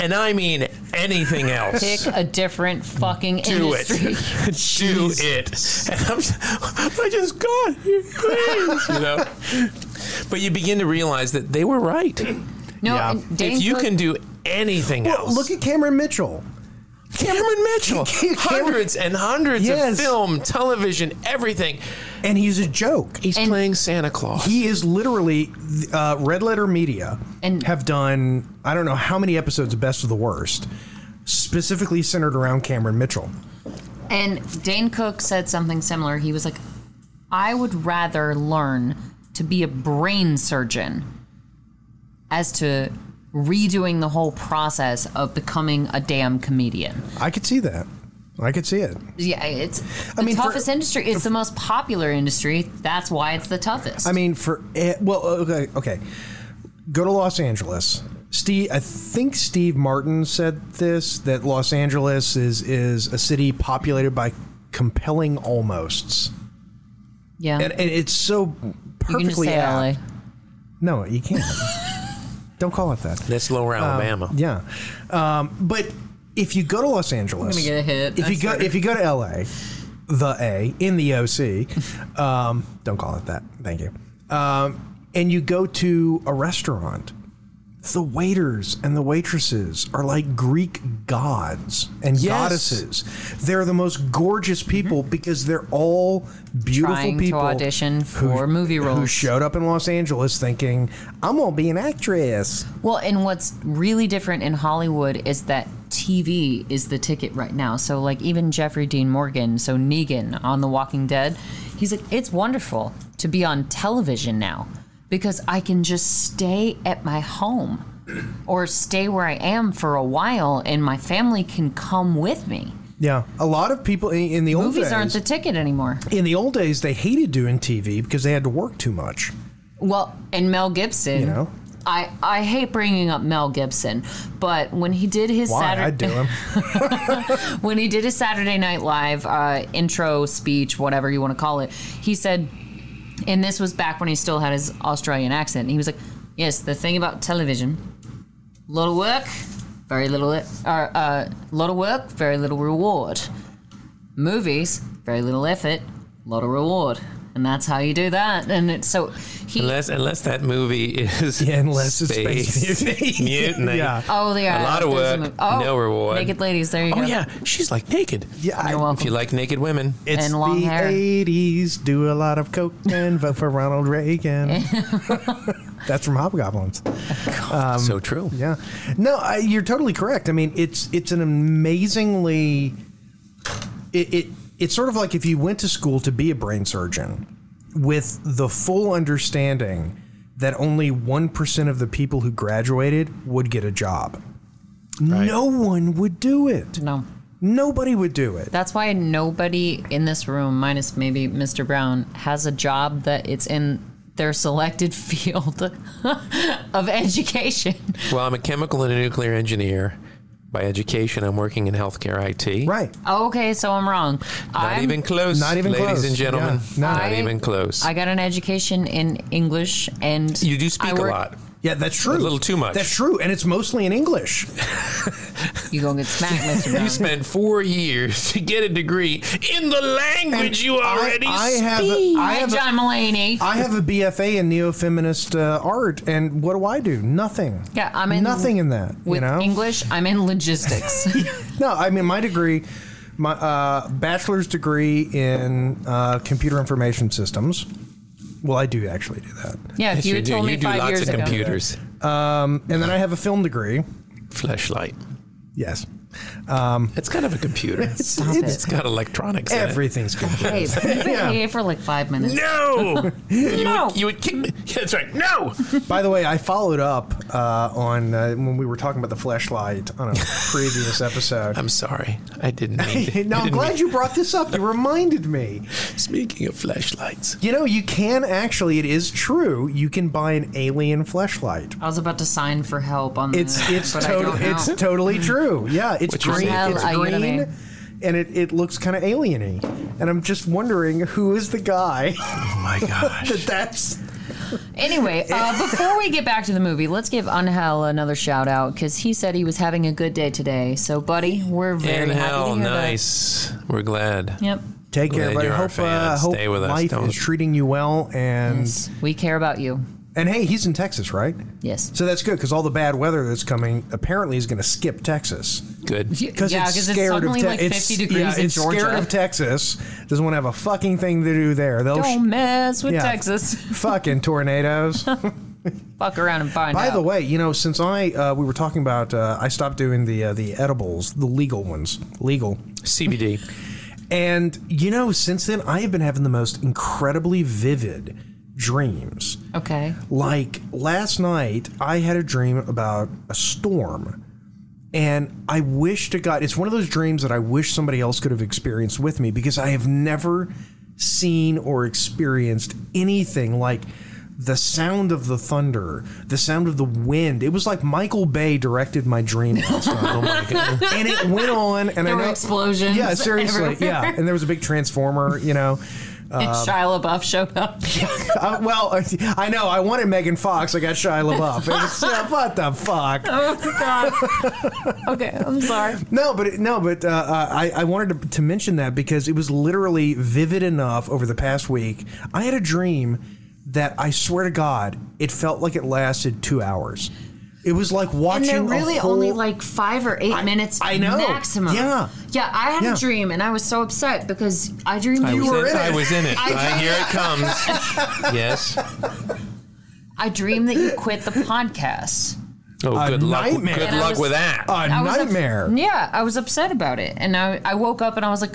C: and I mean anything else
D: Pick a different fucking
C: do it.
D: industry.
C: do it. And I'm just, I just God, please, you know. But you begin to realize that they were right.
D: No,
B: Yeah.
D: and Dane
C: if you
D: Cook-
C: can do anything
B: well,
C: else,
B: look at Cameron Mitchell.
C: Cameron Mitchell,
B: Cameron-
C: hundreds and hundreds
B: Yes.
C: of film, television, everything.
B: and he's a joke.
C: He's
D: And-
C: playing Santa Claus.
B: He is literally uh, Red Letter Media
D: And-
B: have done I don't know how many episodes of Best of the Worst, specifically centered around Cameron Mitchell.
D: and Dane Cook said something similar. He was like, "I would rather learn to be a brain surgeon as to redoing the whole process of becoming a damn comedian."
B: I could see that. I could see it.
D: Yeah, it's the
B: I mean, for-
D: toughest industry. It's the most popular industry. That's why it's the toughest.
B: I mean, for eh, well, okay, okay. Go to Los Angeles. Steve, I think Steve Martin said this that Los Angeles is is a city populated by compelling almosts,
D: yeah,
B: and, and it's so
D: you
B: perfectly
D: can just say
B: apt.
D: LA.
B: No, you can't. don't call it that.
C: That's Lower Alabama.
B: Yeah, um, but if you go to Los Angeles,
D: I'm gonna get a hit.
B: If
D: I'm
B: you go,
D: sorry.
B: if you go to L.A., the A in the O.C., um, don't call it that. Thank you. Um, and you go to a restaurant, the waiters and the waitresses are like Greek gods and
C: Yes.
B: goddesses. They're the most gorgeous people because they're all beautiful
D: Mm-hmm. Trying to
B: people
D: audition for movie
B: who
D: roles.
B: showed up in Los Angeles thinking, "I'm gonna be an actress."
D: Well, and what's really different in Hollywood is that TV is the ticket right now. So, like, even Jeffrey Dean Morgan, so Negan on The Walking Dead, he's like, it's wonderful to be on television now because I can just stay at my home or stay where I am for a while and my family can come with me.
B: Yeah, a lot of people in, in the old
D: Movies
B: days,
D: aren't the ticket anymore.
B: in the old days they hated doing TV because they had to work too much.
D: Well, and Mel Gibson.
B: You know?
D: I, I hate bringing up Mel Gibson, but when he did his
B: Why?
D: Saturday
B: I'd do him.
D: when he did his Saturday Night Live uh, intro speech, whatever you want to call it, he said, and this was back when he still had his Australian accent. He was like, "Yes, the thing about television, little work, very little, or uh, lot of work, very little reward. Movies, very little effort, lot of reward." And that's how you do that. And it's so he.
C: Unless unless that movie is
B: Yeah, unless it's
C: space,
B: Space Mutiny.
C: mutiny.
B: Yeah.
D: oh, there
C: a lot of
D: there's a
C: work,
D: mov- oh,
C: no reward.
D: Naked ladies. There you go.
C: Oh yeah, she's like naked.
B: Yeah,
D: You're
B: I,
D: welcome.
C: If you like naked women,
B: it's
D: And long
B: the
D: hair.
B: 80s. Do a lot of coke and vote for Ronald Reagan. That's from Hobgoblins.
C: so true.
B: um, Yeah. No, I, you're totally correct. I mean, it's it's an amazingly it, it it's sort of like if you went to school to be a brain surgeon with the full understanding that only 1% of the people who graduated would get a job. No one would do it.
D: No.
B: Nobody would do it.
D: That's why nobody in this room, minus maybe Mr. Brown, has a job that it's in their selected field of education.
C: Well, I'm a chemical and a nuclear engineer. By education, I'm working in healthcare IT.
B: Right.
D: Okay, so I'm wrong.
C: Not
D: I'm,
C: even close.
B: Not even
C: ladies
B: close.
C: and gentlemen.
B: Yeah, no.
C: Not
D: I-
C: even close.
D: I got an education in English, and
C: you do speak
D: I
C: a
D: work-
C: lot.
B: Yeah, that's true.
C: little too much.
B: That's true, and it's mostly in English.
D: You gonna get smacked, Mr. Brown?
C: You spent four years to get a degree in the language you already
B: I
C: speak.
B: have I
D: Hi,
B: have
D: John Mulaney.
B: I have a BFA in neo-feminist uh, art, and what do I do? Nothing.
D: Yeah, I'm in-
B: nothing in that.
D: With
B: you know,
D: English, I'm in logistics.
B: no. I mean, my degree, my uh, bachelor's degree in uh, computer information systems. Well, I do actually do that,
D: yeah, if
C: Yes,
D: you,
C: you
D: had
C: do.
D: told
C: You
D: me
C: do
D: five
C: lots
D: years
C: of
D: ago.
C: computers.
B: and then I have a film degree.
C: Flashlight.
B: Yes,
C: It's kind of a computer. it's,
B: it.
C: it's got electronics
B: everything's good.
D: Hey, you've been
B: Yeah.
D: here for like five
C: in
D: minutes.
C: it. No! you,
D: No.
C: Would, you would kick me. Yeah, that's right. No!
B: By the way, I followed up uh, on uh, when we were talking about the flashlight on a previous episode.
C: I'm sorry. I didn't mean to.
B: now
C: I
B: I'm
C: didn't
B: glad
C: mean-
B: you brought this up. You reminded me.
C: Speaking of flashlights.
B: You know, you can actually. It is true. You can buy an alien flashlight.
D: I was about to sign for help on
B: It's it's
D: this, Mm. but I
B: total,
D: don't know. Mm.
B: it's totally true. Yeah, it's
C: Which is
B: green.
C: naked.
B: It's
D: Hell, are you gonna
B: green, and it, it looks kind of alieny. And I'm just wondering who is the guy
C: Oh my gosh.
B: that that's.
D: Anyway, uh, before we get back to the movie, let's give Angel another shout out because he said he was having a good day today. So, buddy, we're very
C: and
D: happy to
C: hell,
D: hear that.
C: nice. We're glad.
D: Yep,
B: Take care,
C: Glad
B: everybody.
C: you're our
B: Hope, uh,
C: fan.
B: hope
C: Stay with us.
B: life
C: Don't-
B: is treating you well. And
D: we care about you.
B: and hey, he's in Texas, right?
D: Yes.
B: So that's good because all the bad weather that's coming apparently is going to skip Texas.
C: Good.
B: because
D: yeah,
B: it's
D: because
B: scared of
D: suddenly
B: Te-
D: like
B: it's-
D: 50 degrees
B: yeah,
D: in
B: it's
D: Georgia.
B: scared of Texas. Doesn't want to have a fucking thing to do there. They'll
D: don't
B: sh-
D: mess with
B: yeah.
D: Texas.
B: fucking tornadoes.
D: Fuck around and find
B: By
D: out.
B: the way, you know, since I uh, we were talking about, uh, I stopped doing the uh, the edibles, the legal ones, legal.
C: CBD.
B: And you know, since then, I have been having the most incredibly vivid dreams.
D: okay.
B: Like last night, I had a dream about a storm. And I wish to God, it's one of those dreams that I wish somebody else could have experienced with me because I have never seen or experienced anything like the sound of the thunder, the sound of the wind. It was like Michael Bay directed my dream last night. Oh my God. And it went on, and
D: There
B: I
D: were
B: know,
D: explosions
B: Yeah, seriously.
D: everywhere.
B: Yeah, and there was a big transformer. You know,
D: And Shia LaBeouf showed up.
B: uh, well, I know I wanted Megan Fox. I got Shia LaBeouf. It was, yeah, what the fuck?
D: oh God. okay, I'm sorry.
B: No, but it, no, but uh, uh, I, I wanted to, to mention that because it was literally vivid enough over the past week. I had a dream that I swear to God, it felt like it lasted two hours. It was like
D: and
B: watching.
D: they're
B: a
D: really
B: whole-
D: only like five or eight minutes
B: I know.
D: maximum.
B: Yeah.
D: yeah. I had
B: Yeah.
D: a dream, and I was so upset because I dreamed
C: I was,
D: you were.
C: in,
B: in
C: I
B: it.
C: was in it.
D: I-
C: I, here it comes. yes.
D: I dreamed that you quit the podcast.
C: Oh, good luck.
B: nightmare.
C: Good
B: And
D: I
C: luck
D: was-
C: with that.
B: a
D: I was up-
B: nightmare.
D: yeah, I was upset about it, and I, I woke up and I was like,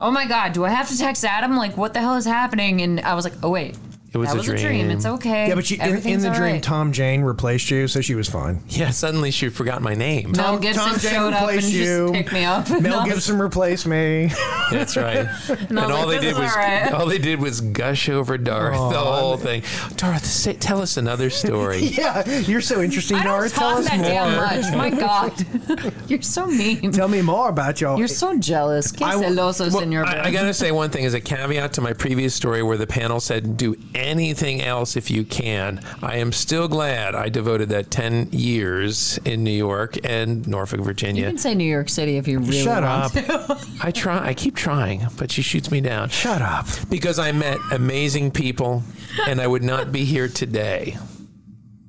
D: "Oh my god, do I have to text Adam? Like, what the hell is happening?" And I was like, "Oh wait,
C: It was,
D: That
C: a,
D: was
C: dream.
D: a dream. It's okay.
B: Yeah, but she, in, in
D: Everything's
B: the
D: all
B: dream,
D: right.
B: Tom Jane replaced you, so she was fine.
C: Yeah, suddenly she forgot my name.
D: Mel
B: Tom-
D: Gibson
B: Tom Jane
D: showed up and
B: replaced you.
D: just picked me up. And I
B: Mel
D: was-
B: Gibson replaced me.
C: That's right. and
D: I was
C: all
D: like,
C: they did
D: "This is
C: was
D: all right."
C: all they did was gush over Darth the whole thing. Darth, say, tell us another story.
B: yeah, you're so interesting,
D: I
B: Nora.
D: don't
B: Tell
D: talk
B: us
D: that
B: more.
D: damn much. My God, you're so mean.
B: Tell me more about y'all.
D: You're so jealous. Que
B: I-
D: celosos
C: Well,
D: in your
C: I, I gotta say one thing as a caveat to my previous story where the panel said do anything else if you can. I am still glad I devoted that ten years in New York and Norfolk,
D: You
C: Virginia.
D: can say New York City if you really
B: Shut
D: want
B: up.
D: to.
C: I try I keep trying, but she shoots me down.
B: Shut up.
C: Because I met amazing people and I would not be here today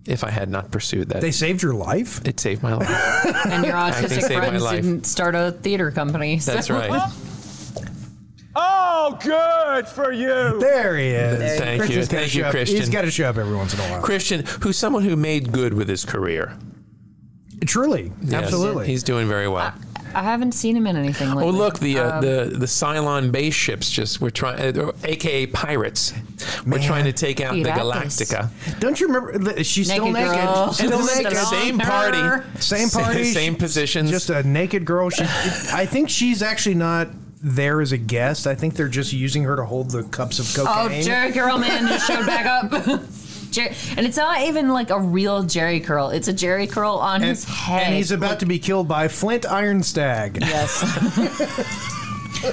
C: if I had not pursued that.
B: They saved your life?
C: it saved my life.
D: And your
C: Acting
D: autistic
C: saved my
D: friends
C: life.
D: didn't start a theater company. so-
C: That's right.
E: Oh, good for you.
B: There he is.
C: Thank you.
B: Christian's gotta
C: Thank
B: show
C: you,
B: up. He's
C: Christian.
B: got to show up every once in a while.
C: Christian, who's someone who made good with his career.
B: Truly.
C: Yes,
B: Absolutely.
C: He's doing very well.
D: I haven't seen him in anything lately.
C: Oh, look, the
D: um,
C: uh, the the Cylon base ships just were trying, uh, aka pirates, were trying to take out the
D: Pirates.
C: Galactica.
B: Don't you remember? that She's still
D: Naked
B: naked.
D: girl.
B: Still
D: And
C: this is the
B: naked.
C: same party.
B: Same party.
C: same positions.
B: Just a naked girl. She, I think she's actually not there as a guest. I think they're just using her to hold the cups of
D: Oh,
B: cocaine.
D: Jerry Curl Man just showed back up. Jer- and it's not even like a real Jerry Curl. It's a Jerry Curl on
B: and,
D: his head.
B: and he's about to be killed by Flint Ironstag.
D: Yes.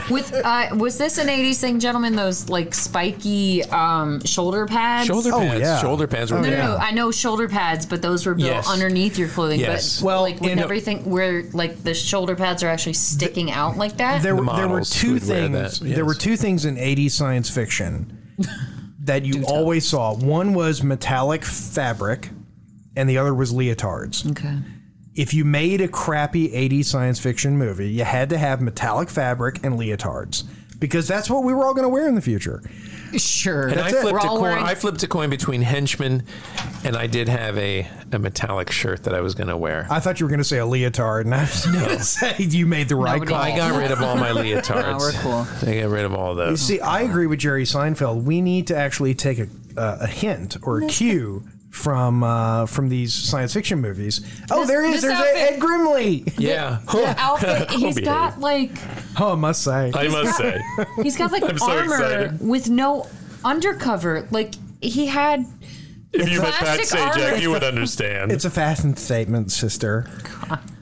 D: With uh, was this an '80s thing, gentlemen? Those like spiky um, shoulder pads.
C: shoulder
B: Oh,
C: pads.
B: yeah.
C: Shoulder pads were
B: Oh,
D: No,
C: big.
D: no, no, I know shoulder pads, but those were built
C: Yes.
D: underneath your clothing.
C: Yes.
D: But
B: Well,
D: like when
B: in-
D: everything where like the shoulder pads are actually sticking out like that.
B: There,
C: The
B: were there were
C: models
B: two
C: would wear
B: things.
C: that, yes.
B: There were two things in 80s science fiction that you always saw. One was metallic fabric, and the other was leotards.
D: okay.
B: if you made a crappy 80s science fiction movie, you had to have metallic fabric and leotards because that's what we were all going to wear in the future.
D: Sure.
C: And I
B: it.
C: flipped
D: We're
C: a
D: all
C: coin.
D: wearing-
C: I flipped a coin between henchmen, and I did have a, a metallic shirt that I was going to wear.
B: I thought you were going to say a leotard, and I was going to say you made the right
D: Nobody
B: call.
C: I got rid of all my leotards.
D: No, we're cool.
C: I got rid of all
D: Oh,
C: those.
B: See, I agree with Jerry Seinfeld. We need to actually take a, uh, a hint or a cue from uh, from these science fiction movies. Oh,
D: This-
B: there he
D: this
B: is. There's
D: outfit-
B: Ed Grimley.
C: Yeah.
D: the outfit. He's
C: behave.
D: got like
B: Oh, I must say.
C: I must say.
D: he's got like
C: I'm so
D: armor
C: excited.
D: with no undercover. Like he had
F: If you met Pat
D: Plastic armor.
F: Sajak, you would understand.
B: It's a fashion statement, sister.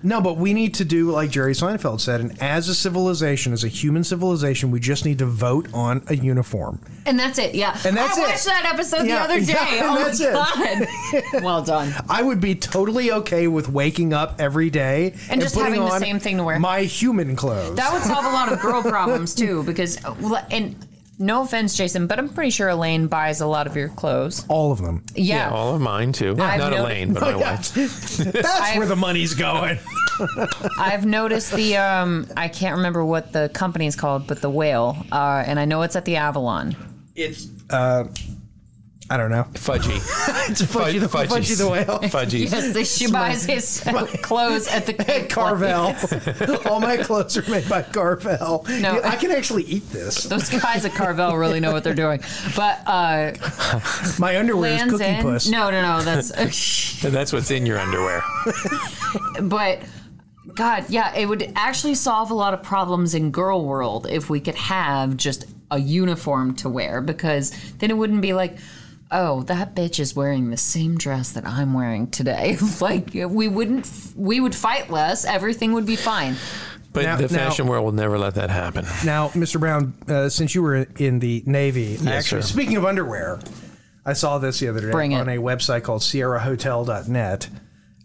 B: No, but we need to do like Jerry Seinfeld said, and as a civilization, as a human civilization, we just need to vote on a uniform.
D: And that's it, yeah.
B: And that's
D: I
B: it.
D: watched that episode
B: Yeah,
D: the other day.
B: yeah, and
D: oh
B: that's it.
D: my god. well done.
B: I would be totally okay with waking up every day and,
D: just
B: putting
D: having the
B: on
D: same thing to wear.
B: My human clothes.
D: That would solve a lot of girl problems too, because well, and no offense, Jason, but I'm pretty sure Elaine buys a lot of your clothes.
B: all of them.
D: Yeah.
C: Yeah, all of mine too.
D: I've
C: Not
D: noticed-
C: Elaine, but my
B: Oh,
C: wife.
B: That's where the money's going.
D: I've noticed the um I can't remember what the company is called, but the whale. Uh, and I know it's at the Avalon.
B: It's. Uh, I don't know.
C: Fudgy.
B: It's Fudgy, the,
C: Fudgies.
B: Fudgy the whale.
C: Fudgy.
D: Yes, she buys his clothes at the
B: At Carvel. all my clothes are made by Carvel.
D: No.
B: I can actually eat this.
D: Those guys at Carvel really know what they're doing. But uh
B: My underwear is
D: Lands
B: cookie
D: End.
B: puss.
D: No, no, no. That's
C: And that's what's in your underwear.
D: but god yeah it would actually solve a lot of problems in girl world if we could have just a uniform to wear because then it wouldn't be like oh that bitch is wearing the same dress that i'm wearing today like we wouldn't we would fight less everything would be fine
C: But
B: Now-
C: the
B: now-
C: fashion world will never let that happen.
B: Now, Mr. Brown, uh, since you were in the Navy, actually,
C: sir.
B: speaking of underwear, I saw this the other day
D: Bring it.
B: on a website called SierraHotel.net.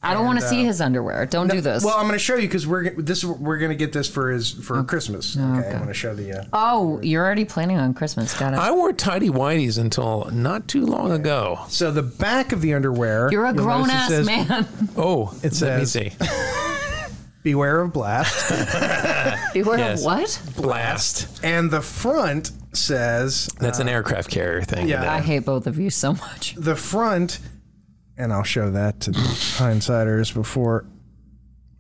D: i don't want to see his underwear don't do this
B: uh, Well, I'm going to show you because we're g- this we're going to get this for his for Christmas. Okay, I'm going to show the. Uh,
D: oh you're already planning on christmas got it
C: I wore tidy whities until not too long ago.
B: so the back of the underwear.
D: you're a
B: you'll
D: grown
B: notice it says,
D: ass man.
C: Oh,
B: It
C: let me
B: says-
C: see.
B: Beware of blast.
D: Beware
C: Yes.
D: of what?
C: Blast.
B: and the front says
C: That's an aircraft carrier thing.
B: Uh, yeah.
C: you know.
D: I hate both of you so much.
B: the front, and I'll show that to the hindsiders before.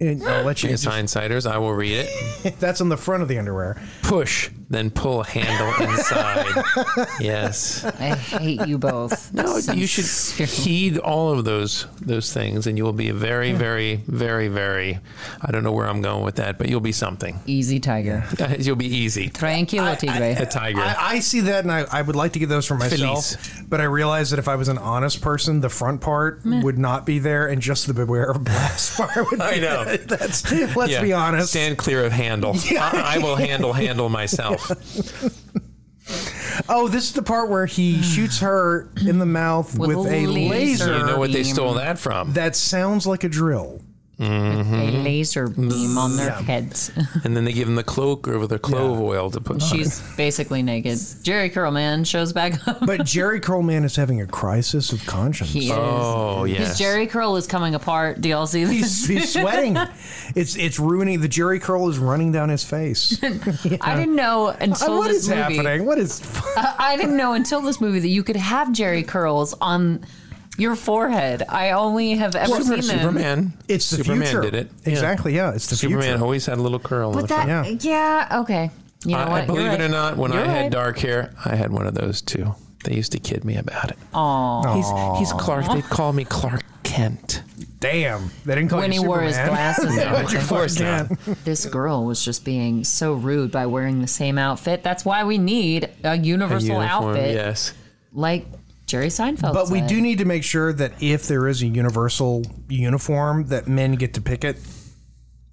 B: And I'll let you.
C: As hindsiders, I will read it.
B: That's on the front of the underwear.
C: Push then pull handle inside. yes.
D: I hate you both.
C: No, Oh, you should
D: Sincerely.
C: heed all of those those things, and you will be a very, very, very, very. I don't know where I'm going with that, but you'll be something.
D: Easy tiger.
C: You'll be easy.
D: Tranquilo tigre.
C: A tiger.
B: I, I see that, and I, I would like to get those for myself.
C: Feliz.
B: But I realize that if I was an honest person, the front part would not be there, and just the beware of blast part would be
C: I know.
B: there. That's let's
C: Yeah.
B: be honest.
C: Stand clear of handle. I, I will handle handle myself.
B: oh, this is the part where he shoots her in the mouth
D: With
B: with, a
D: a laser.
B: laser.
C: You know what they
D: Beam.
C: stole that from?
B: that sounds like a drill.
D: a
C: mm-hmm.
D: laser beam on their heads.
C: And then they give them the cloak over the clove oil to put. on
D: She's basically naked. Jerry Curl man shows back up.
B: But Jerry Curlman is having a crisis of conscience.
D: He is.
C: Oh yes.
D: His Jerry Curl is coming apart. Do y'all see
B: He's,
D: this?
B: he's sweating. It's it's ruining. The Jerry curl is running down his face.
D: I didn't know until
B: what
D: this
B: is
D: movie.
B: happening? What is?
D: I- I didn't know until this movie that you could have Jerry curls on your forehead. I only have ever
C: Super-
D: seen them.
C: Superman.
B: It's the
C: Superman
B: future.
C: did it. Yeah.
B: Exactly. Yeah, it's the
C: Superman
B: future.
C: always had a little curl. on the
D: But
C: front.
D: that,
B: Yeah.
D: yeah. okay. You
C: I,
D: know what?
C: I believe it
D: You're
C: or
D: right.
C: not, when
D: You're
C: I had
D: right.
C: dark hair, I had one of those too. They used to kid me about it. Aww. He's, he's Clark. They call me Clark Kent.
B: Damn, they didn't call
D: when
B: you
D: he wore his
B: Superman.
D: glasses, and everything.
C: Of course not.
D: this girl was just being so rude by wearing the same outfit. That's why we need a universal
C: Uniform,
D: outfit,
C: Yes.
D: like Jerry Seinfeld.
B: But we
D: said.
B: do need to make sure that if there is a universal uniform, that men get to pick it.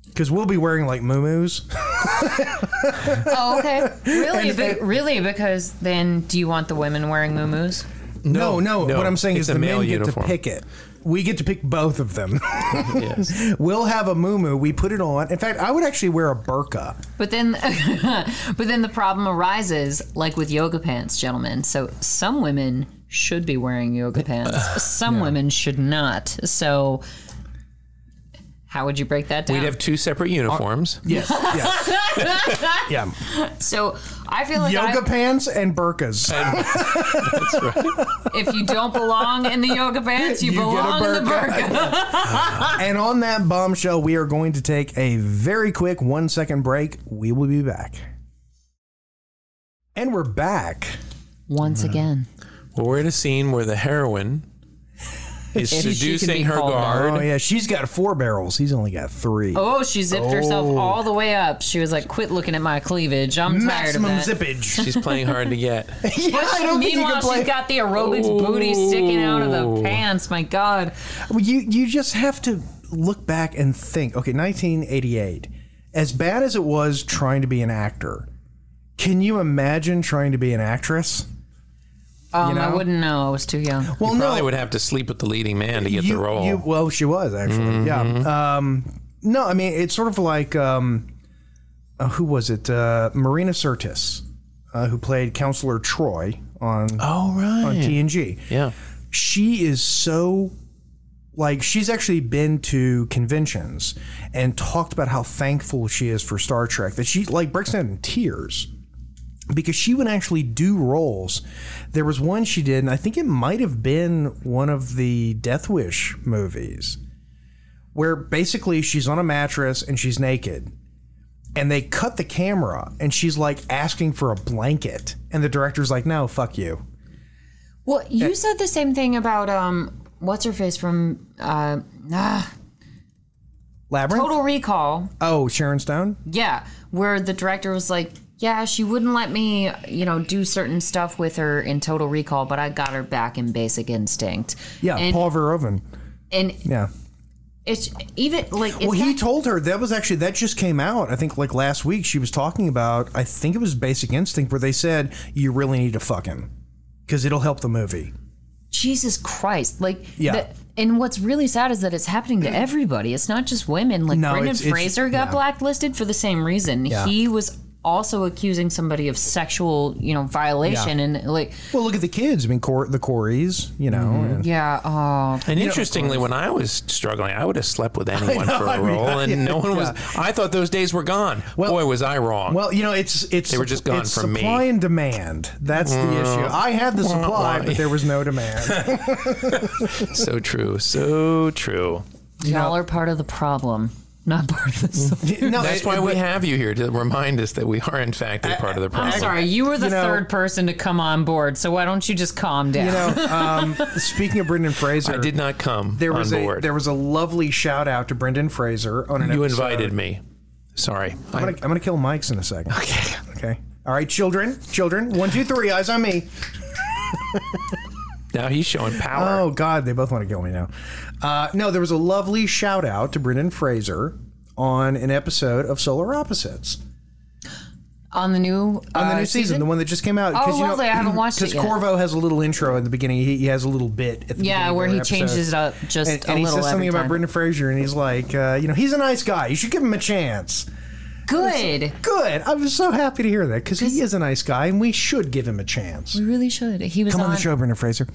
B: Because we'll be wearing like muumuus.
D: Oh, okay. Really? Be- really? Because then, do you want the women wearing muumuus?
B: No, no,
C: no,
B: What I'm saying
C: it's
B: is
C: a
B: the men
C: male
B: get
C: uniform.
B: to pick it. We get to pick both of them.
C: Yes.
B: we'll have a muumuu. We put it on. In fact, I would actually wear a burqa.
D: But then, but then the problem arises, like with yoga pants, gentlemen. So some women should be wearing yoga pants. Some women should not. So how would you break that down?
C: We'd have two separate uniforms.
B: Yes. yes. yeah.
D: so I feel like I-
B: Yoga pants and burqas.
D: if you don't belong in the yoga pants, you,
B: You get a
D: belong in the
B: burqa.
D: burqa.
B: And on that bombshell, we are going to take a very quick one second break. We will be back. And we're back.
D: Once again,
C: Well, we're at a scene where the heroine is
D: If she can be
C: seducing her
D: called
C: guard.
B: Oh, yeah. She's got four barrels. He's only got three.
D: oh, she zipped herself all the way up. She was like, "Quit looking at my cleavage. I'm tired of
B: Maximum
D: that."
B: zippage.
C: She's playing hard to get.
B: yeah, I don't think you
D: Meanwhile,
B: can play.
D: she's got the aerobics booty sticking out of the pants. My God.
B: Well, you, you just have to look back and think okay, 1988, as bad as it was trying to be an actor, can you imagine trying to be an actress?
D: Um, I
B: know?
D: wouldn't know. I was too young.
B: Well,
C: Probably would have to sleep with the leading man to get Mm-hmm. the role.
B: well, she was actually. Yeah. Um, no, I mean it's sort of like um, uh, who was it? Uh, Marina Sirtis, uh, who played Counselor Troy on
C: oh
B: on
C: right.
B: TNG.
C: Yeah.
B: She is so like she's actually been to conventions and talked about how thankful she is for Star Trek that she like breaks down in tears because she would actually do roles. There was one she did, and I think it might have been one of the Death Wish movies, where basically she's on a mattress and she's naked. And they cut the camera, and she's like asking for a blanket. And the director's like, no, fuck you.
D: Well, you said the same thing about um, what's her face from uh, ah,
B: Labyrinth?
D: Total Recall.
B: Oh, Sharon Stone?
D: Yeah, where the director was like, "Yeah, she wouldn't let me, you know, do certain stuff with her in Total Recall, but I got her back in Basic Instinct."
B: Yeah,
D: and,
B: Paul Verhoeven.
D: and
B: Yeah.
D: it's even like it's
B: Well, he
D: that-
B: told her that was actually that just came out. I think like last week she was talking about. I think it was Basic Instinct where they said you really need to fuck him because it'll help the movie.
D: Jesus Christ, like
B: Yeah.
D: the- and what's really sad is that it's happening to everybody. It's not just women. Like
B: No,
D: Brendan
B: it's- it's-
D: Fraser got
B: yeah.
D: blacklisted for the same reason.
B: Yeah.
D: He was also accusing somebody of sexual, you know, violation
B: Yeah.
D: and like,
B: Well, look at the kids. I mean, Cor- the Coreys, you know. and-
D: yeah, oh,
C: And interestingly, when I was struggling, I would have slept with anyone for a role, and no one was. I thought those days were gone. Boy, was I wrong.
B: Well, you know, it's it's they
C: were just gone
B: it's
C: from me. Mm.
B: supply and demand. That's the issue. I had the supply, but there was no demand.
C: so true, so true.
D: y'all are part of the problem. not part of this.
B: No,
C: That's
B: it-
C: why we
B: but-
C: have you here to remind us that we are in fact a part of the
D: I'm
C: problem.
D: sorry, you were the
B: You know-
D: third person to come on board, so why don't you just calm down?
B: You know, um, speaking of Brendan Fraser,
C: I did not come
B: There
C: on
B: was
C: board.
B: a there was a lovely shout out to Brendan Fraser on an.
C: you
B: episode-
C: invited me. Sorry.
B: I'm gonna, I'm gonna kill Mike's in a second. Okay. Okay. All right, children, children, one, two, three, eyes on me.
C: now he's showing power.
B: Oh God, they both want to kill me now. Uh, no, there was a lovely shout out to Brendan Fraser on an episode of Solar Opposites
D: on the new
B: on the
D: uh,
B: new season, the one that just came out.
D: Oh,
B: 'cause, you know-
D: lovely, I haven't watched it
B: Because
D: yet.
B: Corvo has a little intro at the beginning. He, he has a little bit. At the beginning
D: yeah,
B: of
D: where
B: every
D: he
B: episode.
D: changes it up just
B: And,
D: a
B: and he
D: little.
B: says something
D: every
B: about
D: time.
B: Brendan Fraser, and he's like, uh, you know, he's a nice guy. You should give him a chance.
D: Good.
B: Good. I was so happy to hear that because he is a nice guy, and we should give him a chance.
D: We really should. He was
B: Come on the show, Brendan Fraser.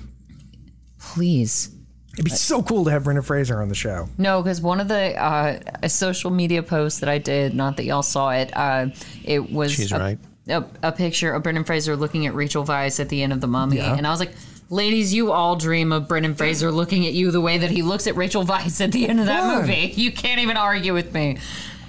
D: Please.
B: It'd be so cool to have Brendan Fraser on the show.
D: No, because one of the uh, a social media posts that I did, not that y'all saw it, uh, it was
C: She's
D: a,
C: right.
D: a, a picture of Brendan Fraser looking at Rachel Weisz at the end of The Mummy, and I was like, "Ladies, you all dream of Brendan Fraser looking at you the way that he looks at Rachel Weisz at the end of that
B: Come on.
D: movie. You can't even argue with me."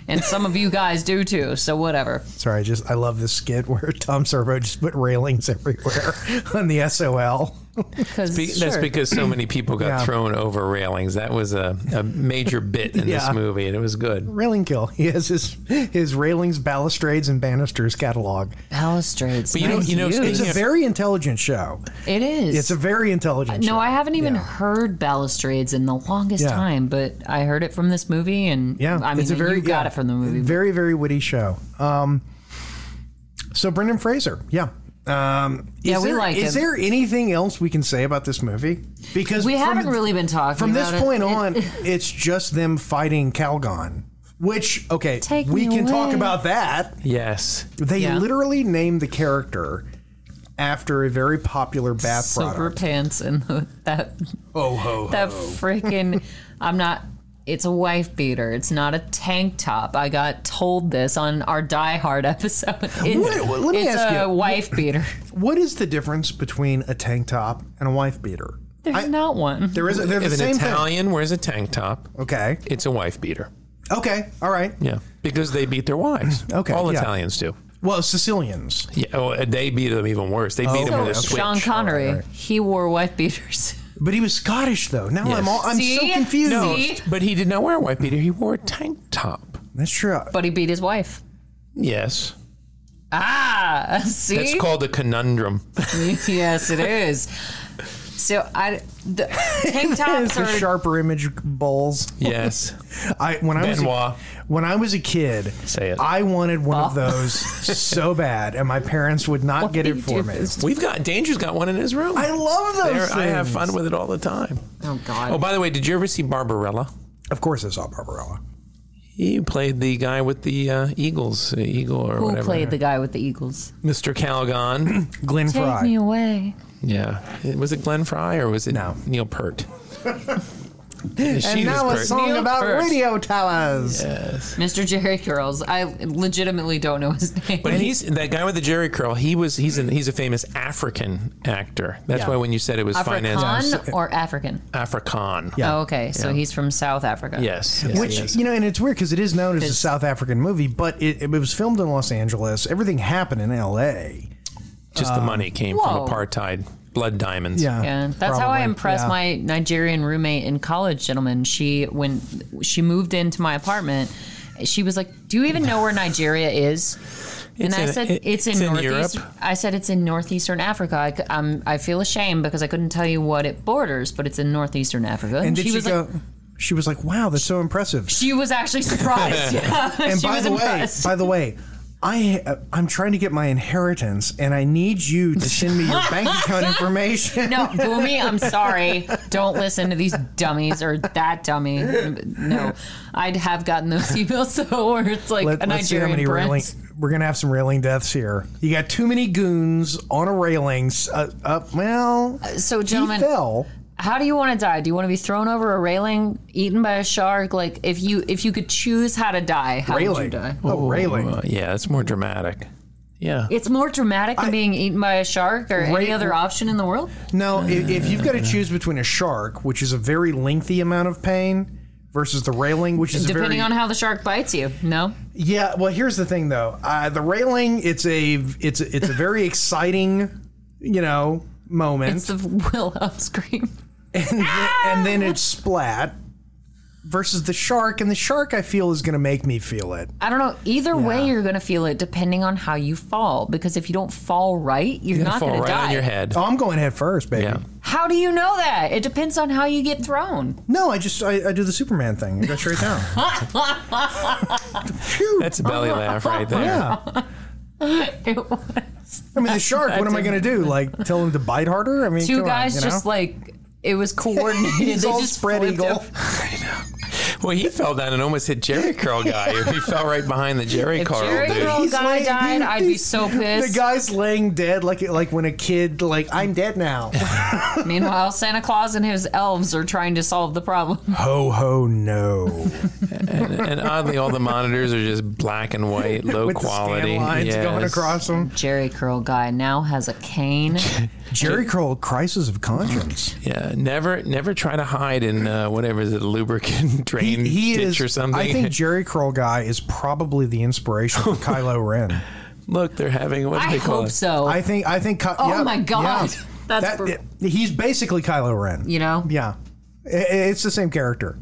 D: And some of you guys do too, so whatever.
B: Sorry, I just I love this skit where Tom Servo just put railings everywhere on the SOL.
D: Because
C: Be- That's because so many people got
B: Yeah.
C: thrown over railings. That was a, a major bit in
B: Yeah.
C: this movie, and it was good.
B: Railing kill. He has his his railings, balustrades, and banisters catalog.
D: balustrades.
C: But you know-
D: nice
C: you know,
D: use.
B: It's
C: speaking
B: a
C: of-
B: very intelligent show.
D: it is.
B: It's a very intelligent. show.
D: No, I haven't even
B: Yeah.
D: heard balustrades in the longest
B: Yeah.
D: time, but I heard it from this movie, and
B: Yeah,
D: I mean,
B: it's a very
D: you got
B: yeah,
D: it from the movie.
B: Very very witty show. Um, so Brendan Fraser, yeah. Um,
D: Yeah,
B: is
D: we
B: there,
D: like
B: Is
D: him.
B: there anything else we can say about this movie? Because
D: we
B: from-
D: haven't really been talking
B: from this
D: about it.
B: point
D: It-
B: on, it's just them fighting Calgon. Which okay,
D: Take
B: we
D: me
B: can talk
D: away.
B: about that.
C: Yes.
B: They
D: Yeah.
B: literally named the character after a very popular bath
D: silver
B: product.
D: pants and the, that
B: Oh ho!
D: that freaking. I'm not. It's a wife beater. It's not a tank top. I got told this on our Die Hard episode. It's,
B: What- let me
D: it's
B: ask
D: a
B: you.
D: wife beater.
B: What is the difference between a tank top and a wife beater?
D: There's not one.
B: There is they're the
C: If an
B: same
C: Italian wears a tank top,
B: thing. Okay.
C: it's a wife beater.
B: Okay. All right.
C: Yeah. Because they beat their wives.
B: Okay,
C: All
B: yeah.
C: Italians do.
B: Well, Sicilians.
C: Yeah. Oh, they beat them even worse. They
B: Oh,
C: beat them
D: so
C: with a switch.
D: Sean Connery,
B: All right, all right.
D: he wore wife beaters.
B: But he was Scottish though. Now I'm all I'm
D: See?
B: so confused.
D: No.
C: No, but he did not wear a wife beater. He wore a tank top.
B: That's true.
D: But he beat his wife.
C: Yes.
D: Ah, see,
C: That's called a conundrum.
D: yes, it is. So I the tank tops
B: The
D: are
B: sharper image bowls.
C: Yes.
B: I when I
C: Benoit.
B: was a, when I was a kid,
C: Say it.
B: I wanted one of those so bad, and my parents would not get it for me.
C: We've got Danger's got one in his room.
B: I love those.
C: There, I have
B: things.
C: fun with it all the time.
D: Oh God!
C: Oh, by the way, did you ever see Barbarella?
B: Of course, I saw Barbarella.
C: He played the guy with the uh, Eagles, uh, Eagle or
D: Who
C: whatever.
D: played the guy with the eagles?
C: Mr. Calgon.
B: Glenn
D: Take
B: Fry.
D: me away.
C: yeah. Was it Glenn Fry or was it
B: No.
C: Neil Peart?
B: and now a song
D: Neil
B: about
D: Peart.
B: radio towers.
D: Mr. Jerry Curls. I legitimately don't know his name.
C: But he's that guy with the Jerry curl. He was he's an, he's a famous African actor. That's
B: Yeah.
C: why when you said it was finance
D: Afrikaan or African?
C: Afrikaan.
D: Oh, okay. So he's from South Africa.
C: Yes. yes,
B: Which
C: yes.
B: you know, and it's weird because it is known as a
D: It's-
B: South African movie, but it, it was filmed in Los Angeles. Everything happened in L.A.
C: just the money came
D: whoa.
C: from apartheid blood diamonds.
B: uh, Yeah,
D: Yeah, that's how I
B: probably.
D: impressed
B: Yeah.
D: my Nigerian roommate in college, gentlemen. She when she moved into my apartment, she was like, "Do you even know where Nigeria is?" and
C: It's
D: I
C: in-
D: said,
C: it-
D: "It's in,
C: it's in
D: northeast."
C: Europe.
D: I said, "It's in northeastern Africa." I, c- um, I feel ashamed because I couldn't tell you what it borders, but it's in northeastern Africa.
B: And did
D: she
B: she,
D: was
B: go?
D: like,
B: she was like, "Wow, that's so impressive."
D: she was actually surprised. Yeah,
B: and
D: she
B: by
D: was
B: the
D: impressed.
B: way, by the way, I uh, I'm trying to get my inheritance, and I need you to send me your bank account information.
D: No, Boomy, I'm sorry. Don't listen to these dummies or that dummy. No, I'd have gotten those emails though, where it's like
B: Let,
D: a
B: us see how
D: Nigerian
B: many railing.
D: prince.
B: We're gonna have some railing deaths here. You got too many goons on a railing. s- Uh, up, well,
D: So,
B: he
D: Uh, gentlemen,
B: fell.
D: how do you want to die? Do you want to be thrown over a railing, eaten by a shark? Like, if you if you could choose how to die, how would you
B: Railing.
D: die?
B: Oh, railing.
C: Uh, yeah, it's more dramatic. Yeah.
D: It's more dramatic than being eaten by a shark or any
B: Ra-
D: other option in the world.
B: No, if, if you've got to choose between a shark, which is a very lengthy amount of pain, versus the railing, which is a
D: Depending
B: very,
D: on how the shark bites you. No?
B: Yeah, well, here's the thing though. Uh, the railing, it's a it's a, it's a very exciting, you know, moment,
D: It's the Will up scream.
B: and, then, and then it's splat versus the shark, and the shark I feel is going to make me feel it.
D: I don't know. Either way,
B: Yeah.
D: you're going to feel it depending on how you fall. Because if you don't fall right, you're,
C: Gonna
D: not
C: fall
D: going
C: right
D: to die.
C: on your head.
B: Oh, I'm going head first, baby.
C: Yeah.
D: How do you know that? It depends on how you get thrown.
B: No, I just I, I do the Superman thing. I go straight down. Phew.
C: That's a belly laugh right there.
B: yeah.
D: It was-
B: I mean, the shark. What am I going to do? Like tell him to bite harder? I mean,
D: Two
B: come on,
D: guys
B: you know?
D: just like it was coordinated.
B: He's
D: they
B: all
D: just
B: spread
D: flipped
B: eagle.
D: over.
C: Well, he fell down and almost hit Jerry Curl guy. he fell right behind the Jerry
D: If
C: Curl
D: Jerry
C: dude.
D: Curl-
B: He's
D: guy died, I'd be so pissed.
B: The guy's laying dead, like like when a kid, like I'm dead now.
D: Meanwhile, Santa Claus and his elves are trying to solve the problem.
B: ho ho no.
C: and oddly, all the monitors are just black and white, low
B: With the
C: quality.
B: scan lines going
C: Yes.
B: across them.
D: Jerry Curl guy now has a cane.
B: Jerry Curl, crisis of conscience.
C: Yeah, never, never try to hide in uh, whatever is it, a lubricant drain ditch or something.
B: I think Jerry Curl guy is probably the inspiration for Kylo Ren.
C: Look, they're having what do
D: I
C: they call
D: hope
C: it?
D: so.
B: I think. I think. Ky-
D: Oh
B: yeah,
D: my God.
B: yeah.
D: That's
B: That-
D: per-
B: he's basically Kylo Ren.
D: you know,
B: Yeah, I- I- it's the same character.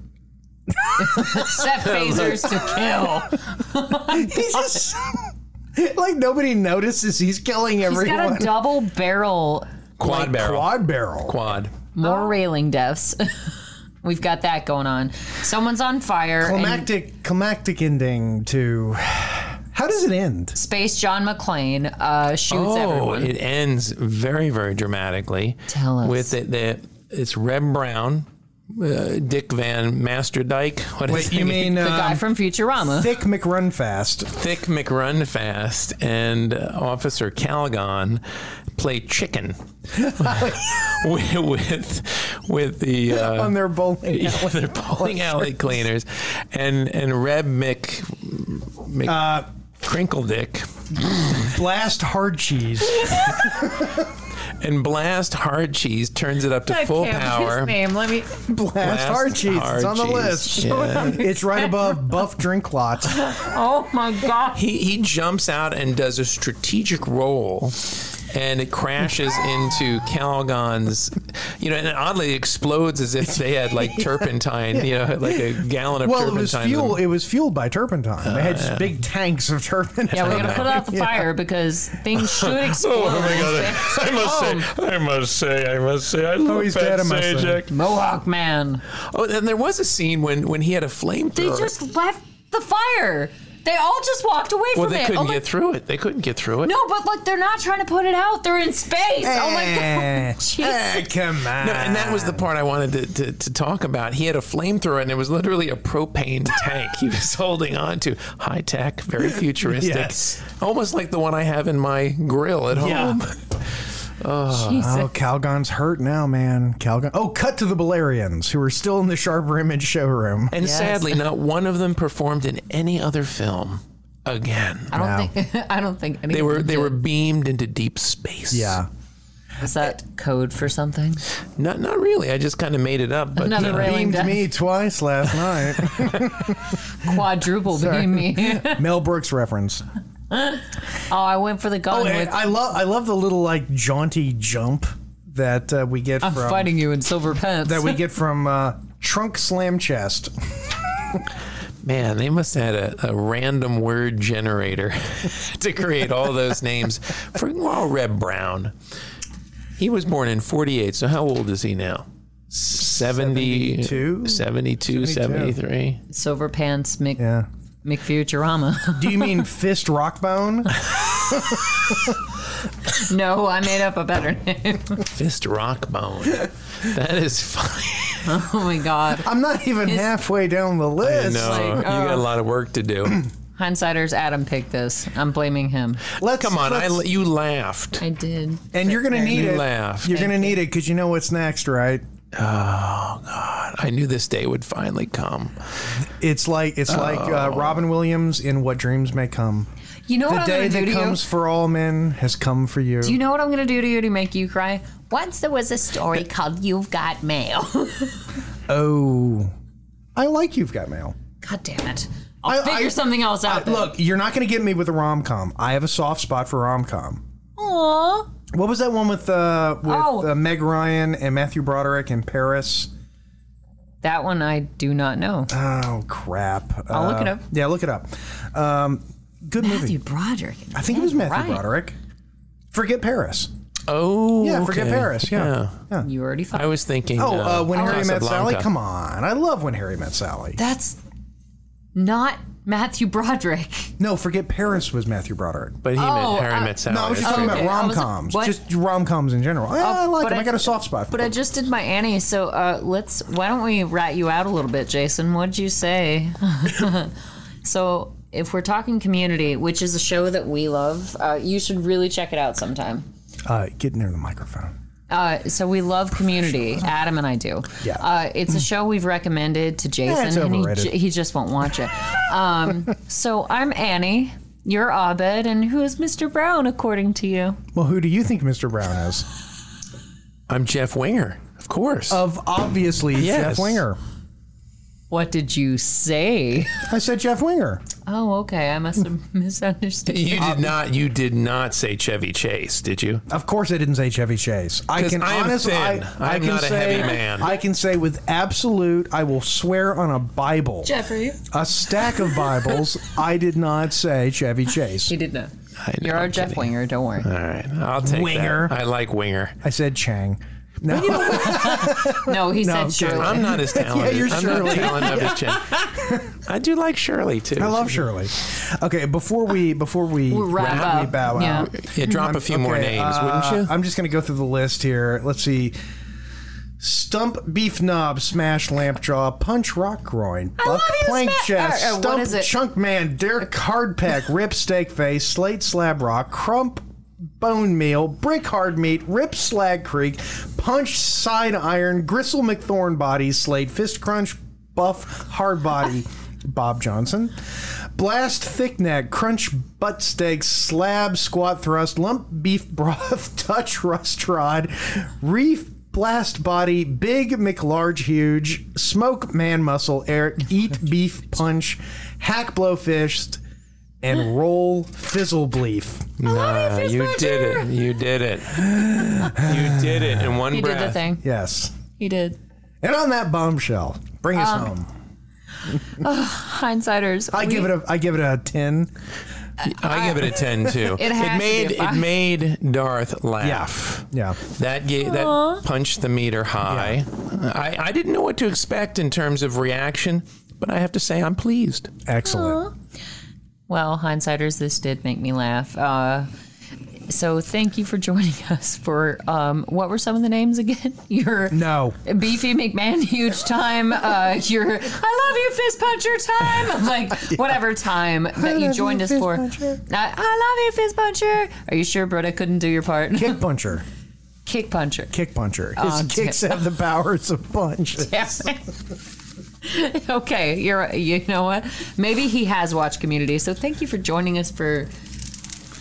D: set phasers to kill.
B: He's just like nobody notices he's killing
D: He's
B: everyone.
D: got a double barrel,
C: Quad
B: Like
C: barrel.
B: Quad barrel.
C: Quad.
D: more railing deaths. We've got that going on. Someone's on fire. and
B: climactic climactic ending to how does it end
D: Space John McClane uh, shoots
C: Oh,
D: everyone.
C: it ends very, very dramatically.
D: Tell us.
C: with it that it's Reb Brown, uh, Dick Van Master Dyke. What is his name?
D: the guy from Futurama.
B: thick mcrunfast
C: Thick McRunfast and uh, Officer Calgon play chicken with with, with the uh,
B: on their bowling
C: yeah, with their bowling alley cleaners, and and Reb Mc, Mc
B: Uh,
C: Crinkle Dick
B: blast hard cheese
C: and Blast Hard Cheese turns it up to full power.
D: name. Let me.
B: blast, hard cheese it's on the
C: Hard
B: list
C: Cheese, yeah.
B: it's right above buff drink lot
D: Oh my god.
C: he he jumps out and does a strategic roll and it crashes into Calgon's, you know, and it oddly explodes as if they had like turpentine, you know, like a gallon of
B: well it was
C: turpentine. Uh,
B: fuel it was fueled by turpentine they had just big tanks of turpentine
D: Yeah, we're gonna put out the fire because things should explode.
F: Oh my god! I must say, I must say, I must say, I love
B: Oh, he's
F: Pat
B: dead, I must say.
F: Sajak.
D: Mohawk man.
C: Oh, and there was a scene when when he had a
D: They
C: flamethrower.
D: just left the fire. They all just walked away
C: well,
D: from
C: they
D: it.
C: couldn't
D: oh my-
C: get through it. They couldn't get through it.
D: No, but look, they're not trying to put it out. They're in space. Oh my
B: Eh,
D: god. Jesus.
B: eh, come on
C: No, and that was
B: Ah.
C: the part I wanted to, to, to talk about. He had a flamethrower, and it was literally a propane tank he was holding on to. High tech, very futuristic,
B: Yes.
C: almost like the one I have in my grill at
B: Yeah.
C: home.
B: Oh, Calgon's hurt now, man. Calgon. Oh, cut to the Balerians, who are still in the Sharp Image showroom.
C: And sadly, not one of them performed in any other film again.
D: I don't think I don't think anything
C: They were they were beamed into deep space.
B: Yeah.
D: Is that code for something?
C: not not really. I just kind of made it up. But
D: Another
C: you know.
D: railing
B: Beamed
D: death.
B: me twice last night.
D: Quadruple beam me. oh,
B: Mel Brooks reference.
D: I went for the gun
B: Oh, and
D: with
B: I love I love the little like jaunty jump that uh, we get
D: I'm
B: from
D: fighting you in silver pants.
B: that we get from uh, Trunk Slam Chest.
C: Man, they must have had a, a random word generator to create all those names for well, Reb Brown. He was born in 48, so how old is he now? 70,
B: 72?
C: 72, 73.
D: silver pants Mc
B: Yeah.
D: McFuturama.
B: Do you mean Fist Rockbone?
D: no, I made up a better name.
C: Fist rock bone. That is funny.
D: Oh my god.
B: I'm not even halfway down the list.
C: No,
D: like,
C: you got a
D: oh.
C: lot of work to do.
D: Hindsighters Adam picked this. I'm blaming him.
B: Let's
C: Come on, I,
B: let's-
C: you laughed.
D: I did.
B: and you're gonna need
C: You
B: it.
C: laughed.
B: You're gonna need it because you know what's next, right?
C: I knew this day would finally come.
B: It's like it's like uh, Robin Williams in What Dreams May Come.
D: You know
B: The
D: what I'm
B: day
D: gonna do
B: that
D: to
B: comes
D: you?
B: for all men has come for you.
D: Do you know what I'm gonna do to you to make you cry? Once there was a story called You've Got Mail.
B: oh, I like You've Got Mail.
D: God damn it. I'll
B: I-
D: figure
B: I-
D: something else out.
B: I- look, you're not going to get me with a rom com. I have a soft spot for rom com.
D: Aww.
B: What was that one with uh, with
D: Oh.
B: uh, Meg Ryan and Matthew Broderick in Paris?
D: That one I do not know.
B: Oh crap! Uh,
D: I'll look it up.
B: Yeah, look it up. Um, good movie.
D: Matthew Broderick.
B: I think it was Matthew
D: Ryan.
B: Broderick. Forget Paris.
C: Oh,
B: Yeah, forget
C: okay.
B: Paris, yeah.
D: You already
C: I
D: fucked.
C: was thinking.
B: Oh, uh, when Harry Met Sally.
C: Casablanca.
B: Come on, I love when Harry Met Sally.
D: That's not Matthew Broderick.
B: No, forget Paris was Matthew Broderick.
C: but he
D: Oh,
C: meant Harry
D: uh,
C: Met Sally.
B: No, I was just
C: that's
B: talking
C: right.
B: about
D: okay. I
B: rom
D: was-
B: coms,
D: what? Oh,
B: just rom coms in general. Yeah, I like
D: but
B: them. I,
D: I-
B: got a soft spot. for
D: But
B: them.
D: I just did my Annie, so uh, let's. Why don't we rat you out a little bit, Jason? What'd you say? so, if we're talking Community, which is a show that we love, uh, you should really check it out sometime.
B: uh, get near the microphone.
D: Uh, so we love Community. Adam and I do.
B: Yeah.
D: Uh, it's a show we've recommended to Jason,
B: it's
D: and he,
B: overrated.
D: j- he just won't watch it. Um, so I'm Annie. You're Abed, and who is Mr. Brown according to you?
B: Well, who do you think Mr. Brown is?
C: I'm Jeff Winger, of course.
B: Of obviously
C: Yes.
B: Jeff Winger.
D: What did you say?
B: I said Jeff Winger.
D: Oh, okay. I must have misunderstood.
C: you
B: uh,
C: did not. You did not say Chevy Chase, did you?
B: Of course, I didn't say Chevy Chase. I
C: 'Cause
B: can
C: I am
B: honestly,
C: thin.
B: I,
C: I am
B: can
C: not a
B: say,
C: heavy man.
B: I can say with absolute. I will swear on a Bible,
D: Jeffrey.
B: a stack of Bibles. I did not say Chevy Chase.
D: He did not.
C: I know,
D: You're our
C: I'm
D: Jeff
C: kidding.
D: Winger. Don't worry.
C: All right, I'll take
B: Winger.
C: That. I like Winger.
B: I said Chang. No,
D: No, he
B: I'm
D: said
B: kidding.
D: Shirley.
C: I'm not as talented.
B: you're
C: I'm
B: Shirley.
C: not talented as Jeff. I do like Shirley too.
B: I love Shirley. Okay, before we before we
D: We'll wrap
B: we
D: up.
B: bow
D: Yeah.
B: out.
C: Yeah, drop a few more
B: Okay,
C: names,
B: uh,
C: wouldn't you?
B: I'm just going to go through the list here. Let's see. Stump, beef knob, smash, lamp jaw, punch, rock groin, buck,
D: love you,
B: plank
D: Sma-
B: chest,
D: or, uh, what
B: stump,
D: is it?
B: chunk man, dirk, hard pack, rip, steak face, slate, slab rock, crump, bone meal, brick, hard meat, rip, slag creek, punch, side iron, gristle, McThorn body, slate, fist crunch, buff, hard body, Bob Johnson. Blast thick neck, crunch butt steak, slab squat thrust, lump beef broth, touch rust rod, reef blast body, big McLarge huge, smoke man muscle, air, eat beef punch, hack blow fist, and roll fizzle bleef.
C: Nah, Uh, you did it. You did it. You did it in one
D: He did
C: breath.
D: the thing.
B: Yes.
D: He did.
B: And on that bombshell, bring us
D: Um,
B: home.
D: Hindsiders.
B: I give it a I give it a ten.
C: I give it a ten too.
D: It has to be
C: made
D: a
C: it
D: five.
C: made Darth laugh.
B: Yeah.
C: That gave, that punched the meter high. I, I didn't know what to expect in terms of reaction, but I have to say I'm pleased.
B: Excellent.
D: Well, hindsiders, this did make me laugh. Uh, so thank you for joining us for um, what were some of the names again? Your
B: No.
D: beefy McMahon huge time. Uh, your I love you fist puncher time. Like whatever time that you
B: love
D: joined
B: you,
D: us
B: fist
D: for.
B: puncher.
D: I, I love you fist puncher. Are you sure, Britta couldn't do your part?
B: Kick puncher.
D: Kick puncher.
B: Kick puncher. His
D: damn.
B: kicks have the powers of punch.
D: okay, you're you know what? Maybe he has watched Community. So thank you for joining us for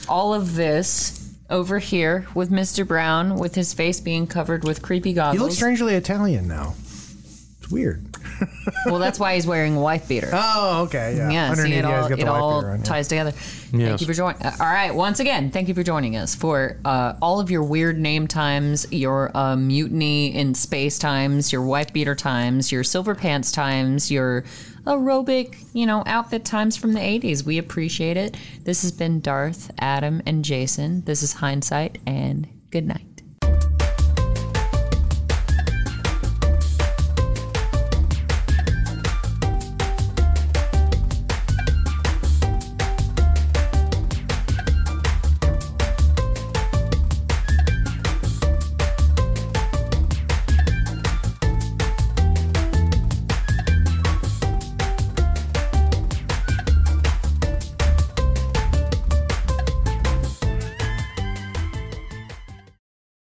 D: all of this over here with Mr. Brown with his face being covered with creepy
B: He looks
D: goggles.
B: strangely Italian now. It's weird.
D: well, that's why he's wearing a wife beater.
B: Oh, okay. Yeah.
D: yeah, see,
B: Underneath, yeah,
D: it
B: he's
D: all,
B: got the
D: it
B: white
D: all
B: beater on, yeah.
D: ties together. Thank you for joining. Uh, all right, once again, thank you for joining us for uh, all of your weird name times, your uh, mutiny in space times, your wife beater times, your silver pants times, your aerobic, you know, outfit times from the 80s. We appreciate it. This has been Darth, Adam, and Jason. This is Hindsight, and good night.